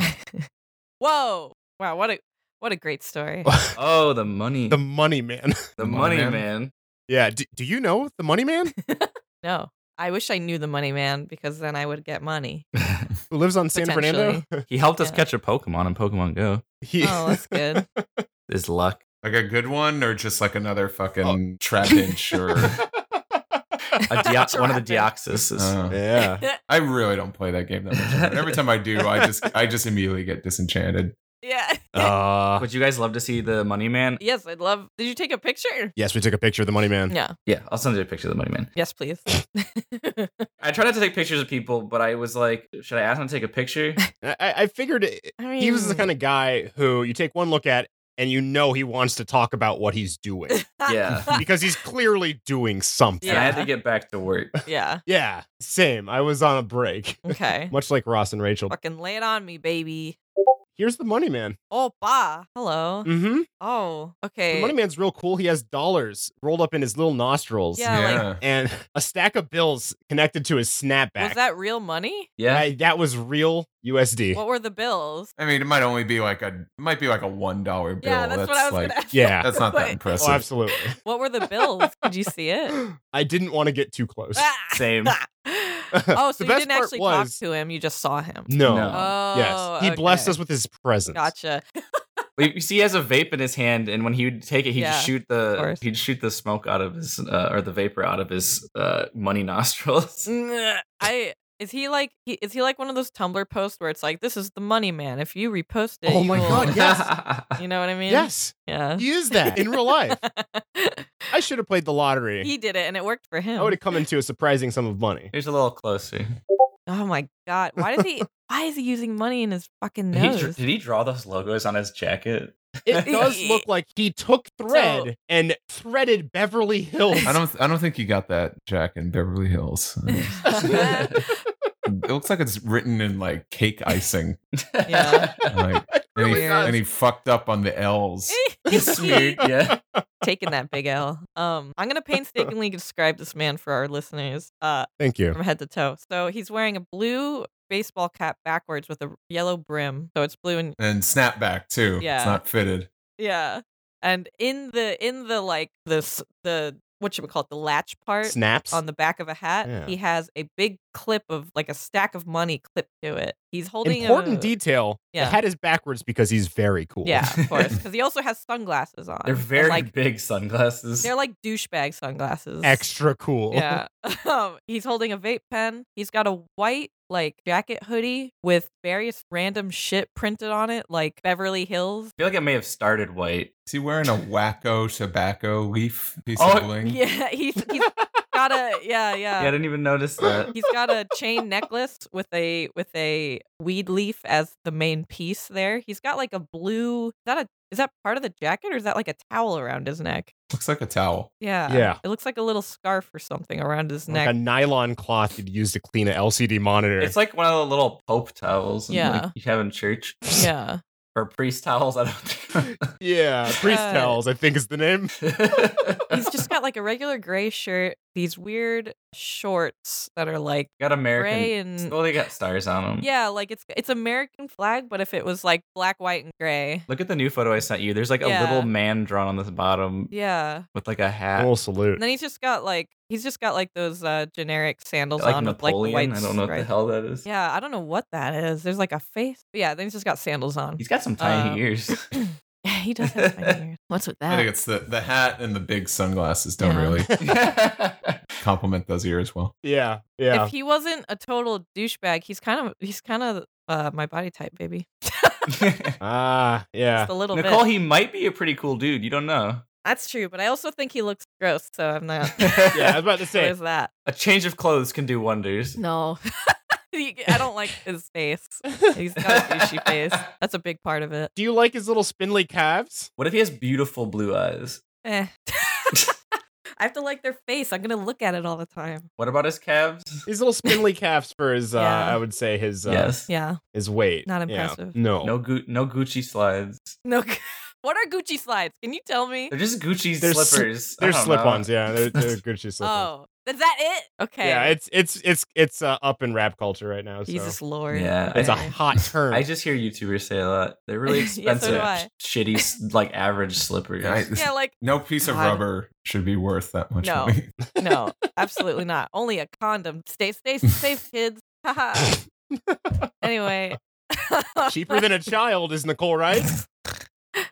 Speaker 4: Whoa! Wow. What a what a great
Speaker 3: [laughs]
Speaker 4: story.
Speaker 7: Oh, the money.
Speaker 3: the money man.
Speaker 7: The
Speaker 1: money man.
Speaker 3: Yeah. Do, do you know the money
Speaker 1: [laughs]
Speaker 3: man
Speaker 4: No, I wish I knew the money man because then I would get money.
Speaker 3: [laughs] who lives on San Fernando?
Speaker 1: He helped us
Speaker 4: Yeah.
Speaker 1: catch a Pokemon in Pokemon Go.
Speaker 3: [laughs] He-
Speaker 4: Oh, that's
Speaker 3: [laughs]
Speaker 4: good.
Speaker 1: Is luck.
Speaker 11: Like a good one, or just like another
Speaker 3: Oh.
Speaker 11: fucking trap inch,
Speaker 3: [laughs]
Speaker 11: or
Speaker 1: [laughs] A dia- one of the Deoxys.
Speaker 11: Uh,
Speaker 3: yeah.
Speaker 1: [laughs]
Speaker 11: I really don't play that game that much. Every time I do, I just I just immediately get
Speaker 1: [laughs]
Speaker 11: disenchanted.
Speaker 4: yeah. [laughs]
Speaker 3: Uh,
Speaker 1: Would you guys love to see the Money Man?
Speaker 4: yes, I'd love. Did you take a picture?
Speaker 3: yes, we took a picture of the money man.
Speaker 4: No.
Speaker 1: Yeah, I'll send you a picture of the Money Man.
Speaker 4: Yes,
Speaker 3: [laughs]
Speaker 4: please.
Speaker 1: I try not to take pictures of people, but I was like, should I ask him to take a picture?
Speaker 3: I, I figured it,
Speaker 4: I mean,
Speaker 3: he was the kind of guy who you take one look at and you know he wants to talk about what he's doing.
Speaker 1: Yeah.
Speaker 3: because he's clearly doing something.
Speaker 1: And I had to get back to work.
Speaker 4: Yeah.
Speaker 3: [laughs] Yeah, same. I was on a break. [laughs]
Speaker 4: Okay.
Speaker 3: Much like Ross and Rachel.
Speaker 4: Fucking lay it on me, baby.
Speaker 3: Here's the money man.
Speaker 4: Oh, ba. Hello.
Speaker 3: Mm-hmm.
Speaker 4: Oh, okay.
Speaker 3: The money man's real cool. He has dollars rolled up in his little nostrils.
Speaker 4: Yeah, like- Yeah.
Speaker 3: and [laughs] a stack of bills connected to his snapback.
Speaker 4: Was that real money?
Speaker 3: yeah. that was real USD.
Speaker 4: What were the bills?
Speaker 11: I mean, it might only be like a it might be like a one dollar bill.
Speaker 4: Yeah, that's what I was
Speaker 11: like,
Speaker 4: gonna ask.
Speaker 3: Yeah.
Speaker 4: [laughs]
Speaker 11: that's not that
Speaker 4: Wait.
Speaker 11: impressive.
Speaker 3: Oh, absolutely.
Speaker 4: What
Speaker 3: [laughs]
Speaker 4: were the bills? Could you see it?
Speaker 3: I didn't want to get too close.
Speaker 4: Ah.
Speaker 12: Same.
Speaker 4: Oh, so
Speaker 3: The
Speaker 4: you
Speaker 3: best
Speaker 4: didn't
Speaker 3: part
Speaker 4: actually
Speaker 3: was-
Speaker 4: talk to him. You just saw him.
Speaker 3: No.
Speaker 4: Oh,
Speaker 3: yes. He
Speaker 4: okay.
Speaker 3: blessed us with his presence.
Speaker 4: Gotcha.
Speaker 1: Like, You see, he has a vape in his hand, and when he would take it, he'd
Speaker 4: Yeah,
Speaker 1: just shoot the he'd shoot the smoke out of his uh, or the vapor out of his uh, money [laughs] nostrils.
Speaker 4: Mm, I is he like he, is he like one of those Tumblr posts where it's like this is the money man. If you repost it,
Speaker 3: Oh
Speaker 4: you
Speaker 3: my
Speaker 4: will-
Speaker 3: God, yes.
Speaker 4: [laughs] you know what I mean?
Speaker 3: Yes.
Speaker 4: [laughs] Yeah.
Speaker 3: He is that in real life. I should have played the lottery.
Speaker 4: He did it, and it worked for him.
Speaker 3: I would have come into a surprising sum of money.
Speaker 1: Here's a little closer.
Speaker 4: Oh my god! Why does he? why is he using money in his fucking
Speaker 1: Did he,
Speaker 4: nose?
Speaker 1: dr-
Speaker 3: [laughs]
Speaker 1: did he draw those logos on his jacket? [laughs]
Speaker 3: It does look like he took thread and threaded Beverly Hills.
Speaker 11: I don't I don't think you got that, Jack, in
Speaker 4: [laughs]
Speaker 11: Beverly Hills. it looks like it's written in like cake icing.
Speaker 4: yeah.
Speaker 11: [laughs]
Speaker 4: [laughs]
Speaker 11: Like, and, he,
Speaker 4: really does.
Speaker 11: and he fucked up on the
Speaker 4: [laughs]
Speaker 11: L's.
Speaker 1: yeah.
Speaker 4: Taking that big L. Um, I'm
Speaker 3: [laughs]
Speaker 4: gonna painstakingly describe this man for our listeners. Uh,
Speaker 3: Thank you.
Speaker 4: From head to toe. So he's wearing a blue baseball cap backwards with a yellow brim. So it's blue and
Speaker 11: And snapback too.
Speaker 4: Yeah.
Speaker 11: It's not fitted.
Speaker 4: yeah. And in the in the like this the what you would call it the latch part
Speaker 11: Snaps?
Speaker 4: on the back of a hat.
Speaker 11: Yeah.
Speaker 4: He has a big clip of like a stack of money clipped to it. He's holding
Speaker 3: Important
Speaker 4: a,
Speaker 3: detail. Yeah.
Speaker 4: Yeah.
Speaker 3: The hat is backwards because he's very cool.
Speaker 4: Yeah, of course,
Speaker 3: [laughs]
Speaker 4: because he also has sunglasses on.
Speaker 1: They're
Speaker 4: And,
Speaker 1: very
Speaker 4: like
Speaker 1: big sunglasses.
Speaker 4: they're like douchebag sunglasses.
Speaker 3: Extra cool. [laughs]
Speaker 4: Yeah. Um, he's holding a vape pen. He's got a white like jacket hoodie with various random shit printed on it, like Beverly Hills.
Speaker 1: I feel like it may have started white.
Speaker 11: Is he wearing a wacko tobacco leaf piece
Speaker 1: Oh,
Speaker 11: of bling?
Speaker 4: Yeah, [laughs] he's he's got a yeah
Speaker 1: Yeah,
Speaker 4: yeah.
Speaker 1: I didn't even notice that.
Speaker 4: He's got a chain necklace with a with a weed leaf as the main piece there. He's got like a blue is that a is that part of the jacket or is that like a towel around his neck?
Speaker 11: Looks like a towel.
Speaker 4: Yeah.
Speaker 3: Yeah.
Speaker 4: It looks like a little scarf or something around his
Speaker 3: Like
Speaker 4: neck.
Speaker 3: a nylon cloth you'd use to clean an LCD monitor.
Speaker 1: It's like one of the little pope towels. Yeah.
Speaker 4: Yeah.
Speaker 1: you have in church. [laughs]
Speaker 4: Yeah.
Speaker 1: Or priest towels. I don't think.
Speaker 3: [laughs] yeah, priest
Speaker 4: Uh,
Speaker 3: towels, I think is the name. [laughs]
Speaker 4: He's just got like a regular gray shirt, these weird shorts that are like
Speaker 1: got American.
Speaker 4: gray and
Speaker 1: Well, they got stars on them.
Speaker 4: yeah, like it's it's American flag, but if it was like black, white, and gray,
Speaker 1: Look at the new photo I sent you. There's like
Speaker 4: Yeah.
Speaker 1: a little man drawn on the bottom
Speaker 4: yeah.
Speaker 1: with like a hat.
Speaker 3: Oh,
Speaker 4: And
Speaker 3: salute.
Speaker 4: then he's just got like he's just got like those uh generic sandals
Speaker 1: Like
Speaker 4: on with like
Speaker 1: Napoleon.
Speaker 4: the white.
Speaker 1: I don't know what the
Speaker 4: stripes.
Speaker 1: hell that is.
Speaker 4: Yeah, I don't know what that is. There's like a face. But yeah, then he's just got sandals on.
Speaker 1: He's got some tiny
Speaker 4: Um, [laughs] [clears throat]
Speaker 1: ears. [laughs]
Speaker 4: He does have tiny ears. What's with
Speaker 11: I
Speaker 4: that?
Speaker 11: think it's the, the hat and the big sunglasses don't
Speaker 4: Yeah.
Speaker 11: really
Speaker 4: [laughs]
Speaker 11: [laughs] compliment those ears well.
Speaker 3: Yeah, yeah.
Speaker 4: If he wasn't a total douchebag, he's kind of he's kind of uh my body type,
Speaker 1: [laughs]
Speaker 4: baby. [laughs]
Speaker 3: Ah, yeah.
Speaker 4: Just a little
Speaker 1: Nicole,
Speaker 4: bit.
Speaker 1: he might be a pretty cool dude. You don't know.
Speaker 4: That's true, but I also think he looks gross, so I'm
Speaker 1: [laughs]
Speaker 4: not.
Speaker 3: yeah, I was about
Speaker 4: [laughs]
Speaker 3: to
Speaker 4: so
Speaker 3: say.
Speaker 4: is that?
Speaker 1: A change of clothes can do
Speaker 4: [laughs]
Speaker 1: wonders.
Speaker 4: No. You- I don't like his face. He's got a douchey
Speaker 1: [laughs]
Speaker 4: face. That's a big part of it.
Speaker 3: Do you like his little spindly calves?
Speaker 1: What if he has beautiful blue eyes? [laughs]
Speaker 4: Eh. [laughs] I have to like their face. I'm gonna look at it all the time.
Speaker 1: What about his
Speaker 3: [laughs]
Speaker 1: calves?
Speaker 3: His little spindly calves for his, uh,
Speaker 4: Yeah.
Speaker 3: I would say his, uh,
Speaker 1: Yes.
Speaker 4: Yeah.
Speaker 3: his weight.
Speaker 4: Not
Speaker 3: Yeah.
Speaker 4: impressive.
Speaker 3: No.
Speaker 1: No, Gu- no Gucci slides.
Speaker 4: No. [laughs] What are Gucci slides? Can you tell me?
Speaker 1: They're just Gucci
Speaker 3: They're sli-
Speaker 1: slippers. I
Speaker 3: They're
Speaker 1: don't know.
Speaker 3: slip-ons.
Speaker 4: [laughs]
Speaker 3: Yeah, they're, they're Gucci
Speaker 4: Oh,
Speaker 3: slip-ons.
Speaker 4: is that it? Okay.
Speaker 3: Yeah, it's it's it's it's uh, up in rap culture right now. So.
Speaker 4: Jesus Lord.
Speaker 1: Yeah,
Speaker 3: it's a
Speaker 1: [laughs]
Speaker 4: [laughs]
Speaker 1: I-
Speaker 3: hot [laughs] term.
Speaker 1: I just hear YouTubers say a lot. They're really
Speaker 4: Yeah, so do
Speaker 1: expensive,
Speaker 4: I.
Speaker 1: shitty, s- like average slippers.
Speaker 11: I-
Speaker 4: Yeah, like
Speaker 11: no piece of
Speaker 4: God.
Speaker 11: rubber should be worth that much
Speaker 1: [laughs]
Speaker 4: No.
Speaker 11: money.
Speaker 4: No, absolutely not. Only a condom. Stay, stay
Speaker 1: [laughs]
Speaker 4: safe, kids. Haha. anyway. [laughs]
Speaker 3: Cheaper than a child is Nicole, right?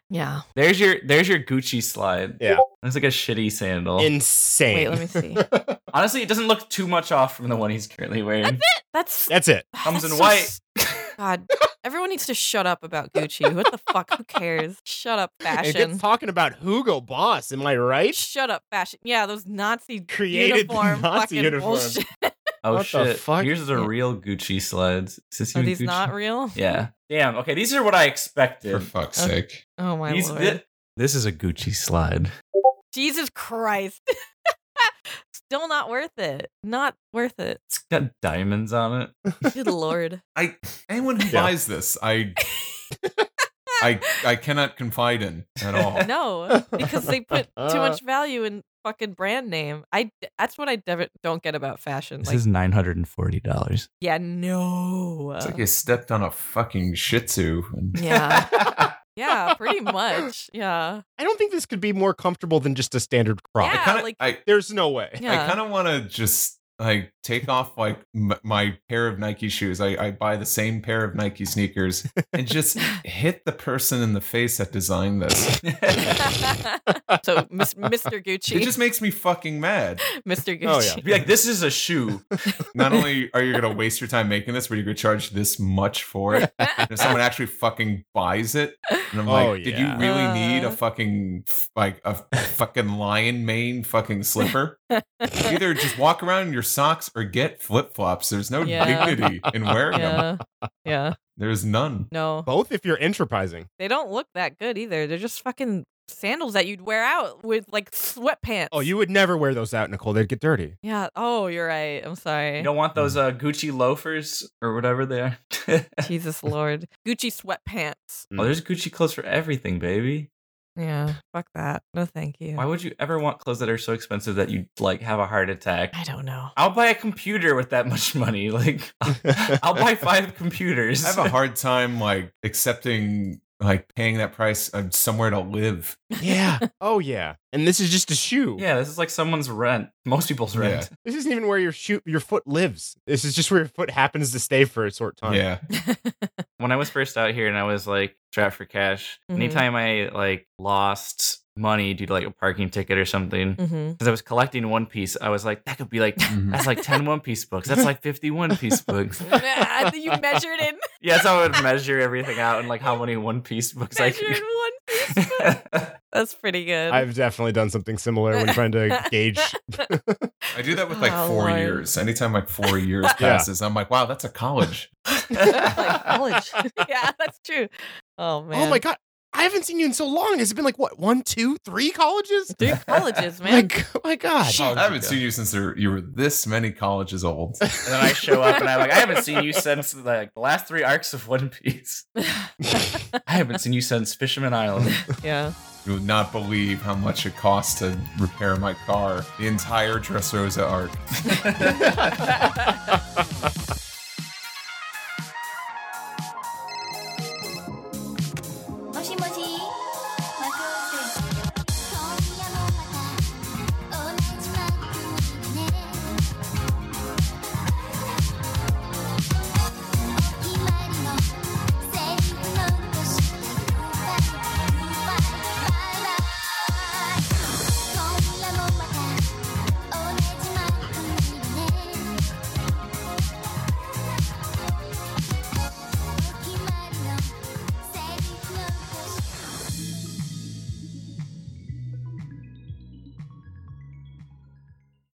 Speaker 4: Yeah.
Speaker 1: There's your there's your Gucci slide.
Speaker 3: Yeah.
Speaker 1: That's like a shitty sandal.
Speaker 3: Insane.
Speaker 4: Wait, let me see.
Speaker 11: [laughs]
Speaker 1: Honestly, it doesn't look too much off from the one he's currently wearing.
Speaker 4: That's [sighs]
Speaker 3: That's it.
Speaker 1: Comes in
Speaker 4: That's so
Speaker 1: white.
Speaker 4: s-
Speaker 1: [laughs]
Speaker 4: God. Everyone needs to shut up about Gucci. What the fuck? Who cares? Shut up,
Speaker 3: And
Speaker 4: fashion.
Speaker 3: it's talking about Hugo Boss. Am I right?
Speaker 4: Shut up, fashion. Yeah, those Nazi
Speaker 3: Created
Speaker 4: uniform
Speaker 3: Nazi
Speaker 4: fucking
Speaker 3: uniform.
Speaker 4: bullshit.
Speaker 1: Oh
Speaker 4: What the
Speaker 1: shit!
Speaker 4: fuck?
Speaker 1: Here's the
Speaker 4: Yeah.
Speaker 1: real Gucci slides. Is this
Speaker 4: Are
Speaker 1: even
Speaker 4: these
Speaker 1: Gucci?
Speaker 4: not real? [laughs]
Speaker 1: Yeah. Damn. Okay, these are what I expected. For fuck's
Speaker 4: Okay. sake. Oh, my lord.
Speaker 1: This, is a Gucci slide.
Speaker 4: Jesus Christ. [laughs] Still not worth it. Not worth it.
Speaker 1: It's got diamonds on it.
Speaker 4: Good lord.
Speaker 11: I anyone who
Speaker 1: Yeah.
Speaker 11: buys this, I, I, I cannot confide in at all.
Speaker 4: [laughs] No, because they put too
Speaker 11: [laughs]
Speaker 4: much value in fucking brand name. I that's what I dev- don't get about fashion.
Speaker 1: This
Speaker 4: Like,
Speaker 1: is nine hundred and forty dollars.
Speaker 4: yeah, no.
Speaker 11: It's like you stepped on a fucking Shih Tzu. And
Speaker 4: yeah. yeah, pretty much. Yeah.
Speaker 3: I don't think this could be more comfortable than just a standard crop.
Speaker 4: Yeah, I kinda- like-
Speaker 3: there's no way.
Speaker 11: I kind of want to just like take off like m- my pair of Nike shoes. I, I buy the same pair of Nike sneakers and
Speaker 4: [laughs]
Speaker 11: just hit the person in the face that designed this.
Speaker 4: So, Mis- Mr. Gucci.
Speaker 11: It just makes me
Speaker 4: [laughs]
Speaker 11: fucking mad.
Speaker 4: Mr. Gucci.
Speaker 11: Oh, yeah. [laughs]
Speaker 1: Be like, this is a shoe.
Speaker 11: Not only are you going to waste your time making this, but you're going to charge this much for it. And if someone actually fucking buys it, and I'm
Speaker 3: Oh,
Speaker 11: like, did
Speaker 3: yeah.
Speaker 11: you really need a fucking f- like a fucking lion mane fucking slipper? Either just walk around in your socks or get flip flops. There's no
Speaker 4: Yeah.
Speaker 11: dignity in wearing them.
Speaker 4: Yeah.
Speaker 11: There's none.
Speaker 4: No.
Speaker 3: Both if you're enterprising.
Speaker 4: They don't look that good either. They're just fucking sandals that you'd wear out with like sweatpants.
Speaker 3: Oh, you would never wear those out, Nicole. They'd get dirty.
Speaker 4: Yeah. Oh, you're right. I'm sorry.
Speaker 1: You don't want those uh, [laughs] Gucci loafers or whatever they are.
Speaker 4: Jesus Lord. Gucci sweatpants.
Speaker 11: Hmm.
Speaker 1: Oh, there's Gucci clothes for everything, baby.
Speaker 4: Yeah. Fuck that. No, thank you.
Speaker 1: Why would you ever want clothes that are so expensive that you like have a heart attack?
Speaker 4: I don't know.
Speaker 1: I'll buy a computer with that much
Speaker 11: [laughs]
Speaker 1: money. Like, I'll buy five computers.
Speaker 11: I have
Speaker 1: [laughs]
Speaker 11: a hard time like accepting like paying that price uh, somewhere to live.
Speaker 4: [laughs]
Speaker 3: Yeah. oh yeah. And this is just a shoe.
Speaker 1: Yeah, this is like someone's rent. Most people's rent.
Speaker 3: [laughs] This isn't even where your shoe your foot lives. This is just where your foot happens to stay for a short time.
Speaker 4: [laughs]
Speaker 11: Yeah.
Speaker 1: when I was first out here and I was like strapped for cash,
Speaker 4: Mhm.
Speaker 1: anytime I like lost money due to like a parking ticket or something, because
Speaker 4: Mhm.
Speaker 1: I was collecting One Piece, I was like, that could be like that's like 10 One Piece books. That's like 50 One
Speaker 4: [laughs]
Speaker 1: Piece books.
Speaker 4: I think you measured in
Speaker 1: [laughs] yeah, that's how I would measure everything out and like how many One Piece books I
Speaker 4: measured
Speaker 1: could.
Speaker 4: one piece. book. That's pretty good.
Speaker 3: I've definitely done something similar when trying
Speaker 4: [laughs]
Speaker 3: to gauge.
Speaker 11: I do that with like
Speaker 4: Oh,
Speaker 11: four
Speaker 4: Lord.
Speaker 11: years. Anytime like
Speaker 4: [laughs]
Speaker 11: four years
Speaker 3: Yeah.
Speaker 11: passes, I'm like, wow, that's a college.
Speaker 4: like college. [laughs] yeah, that's true. [laughs] Oh man.
Speaker 3: Oh my god. I haven't seen you in so long. Has it been like what, one, two, three colleges?
Speaker 4: Three colleges, man.
Speaker 3: [laughs] Like, oh my god.
Speaker 11: Oh, I haven't seen you since there- you were this many colleges old.
Speaker 1: [laughs] And then [laughs] I show up and I'm like, I haven't
Speaker 4: [laughs]
Speaker 1: seen you since like the last three arcs of One Piece. [laughs] I haven't seen you since Fisherman
Speaker 4: [laughs]
Speaker 1: Island.
Speaker 4: Yeah.
Speaker 11: You would not believe how much it cost to repair my car. The entire Dressrosa arc.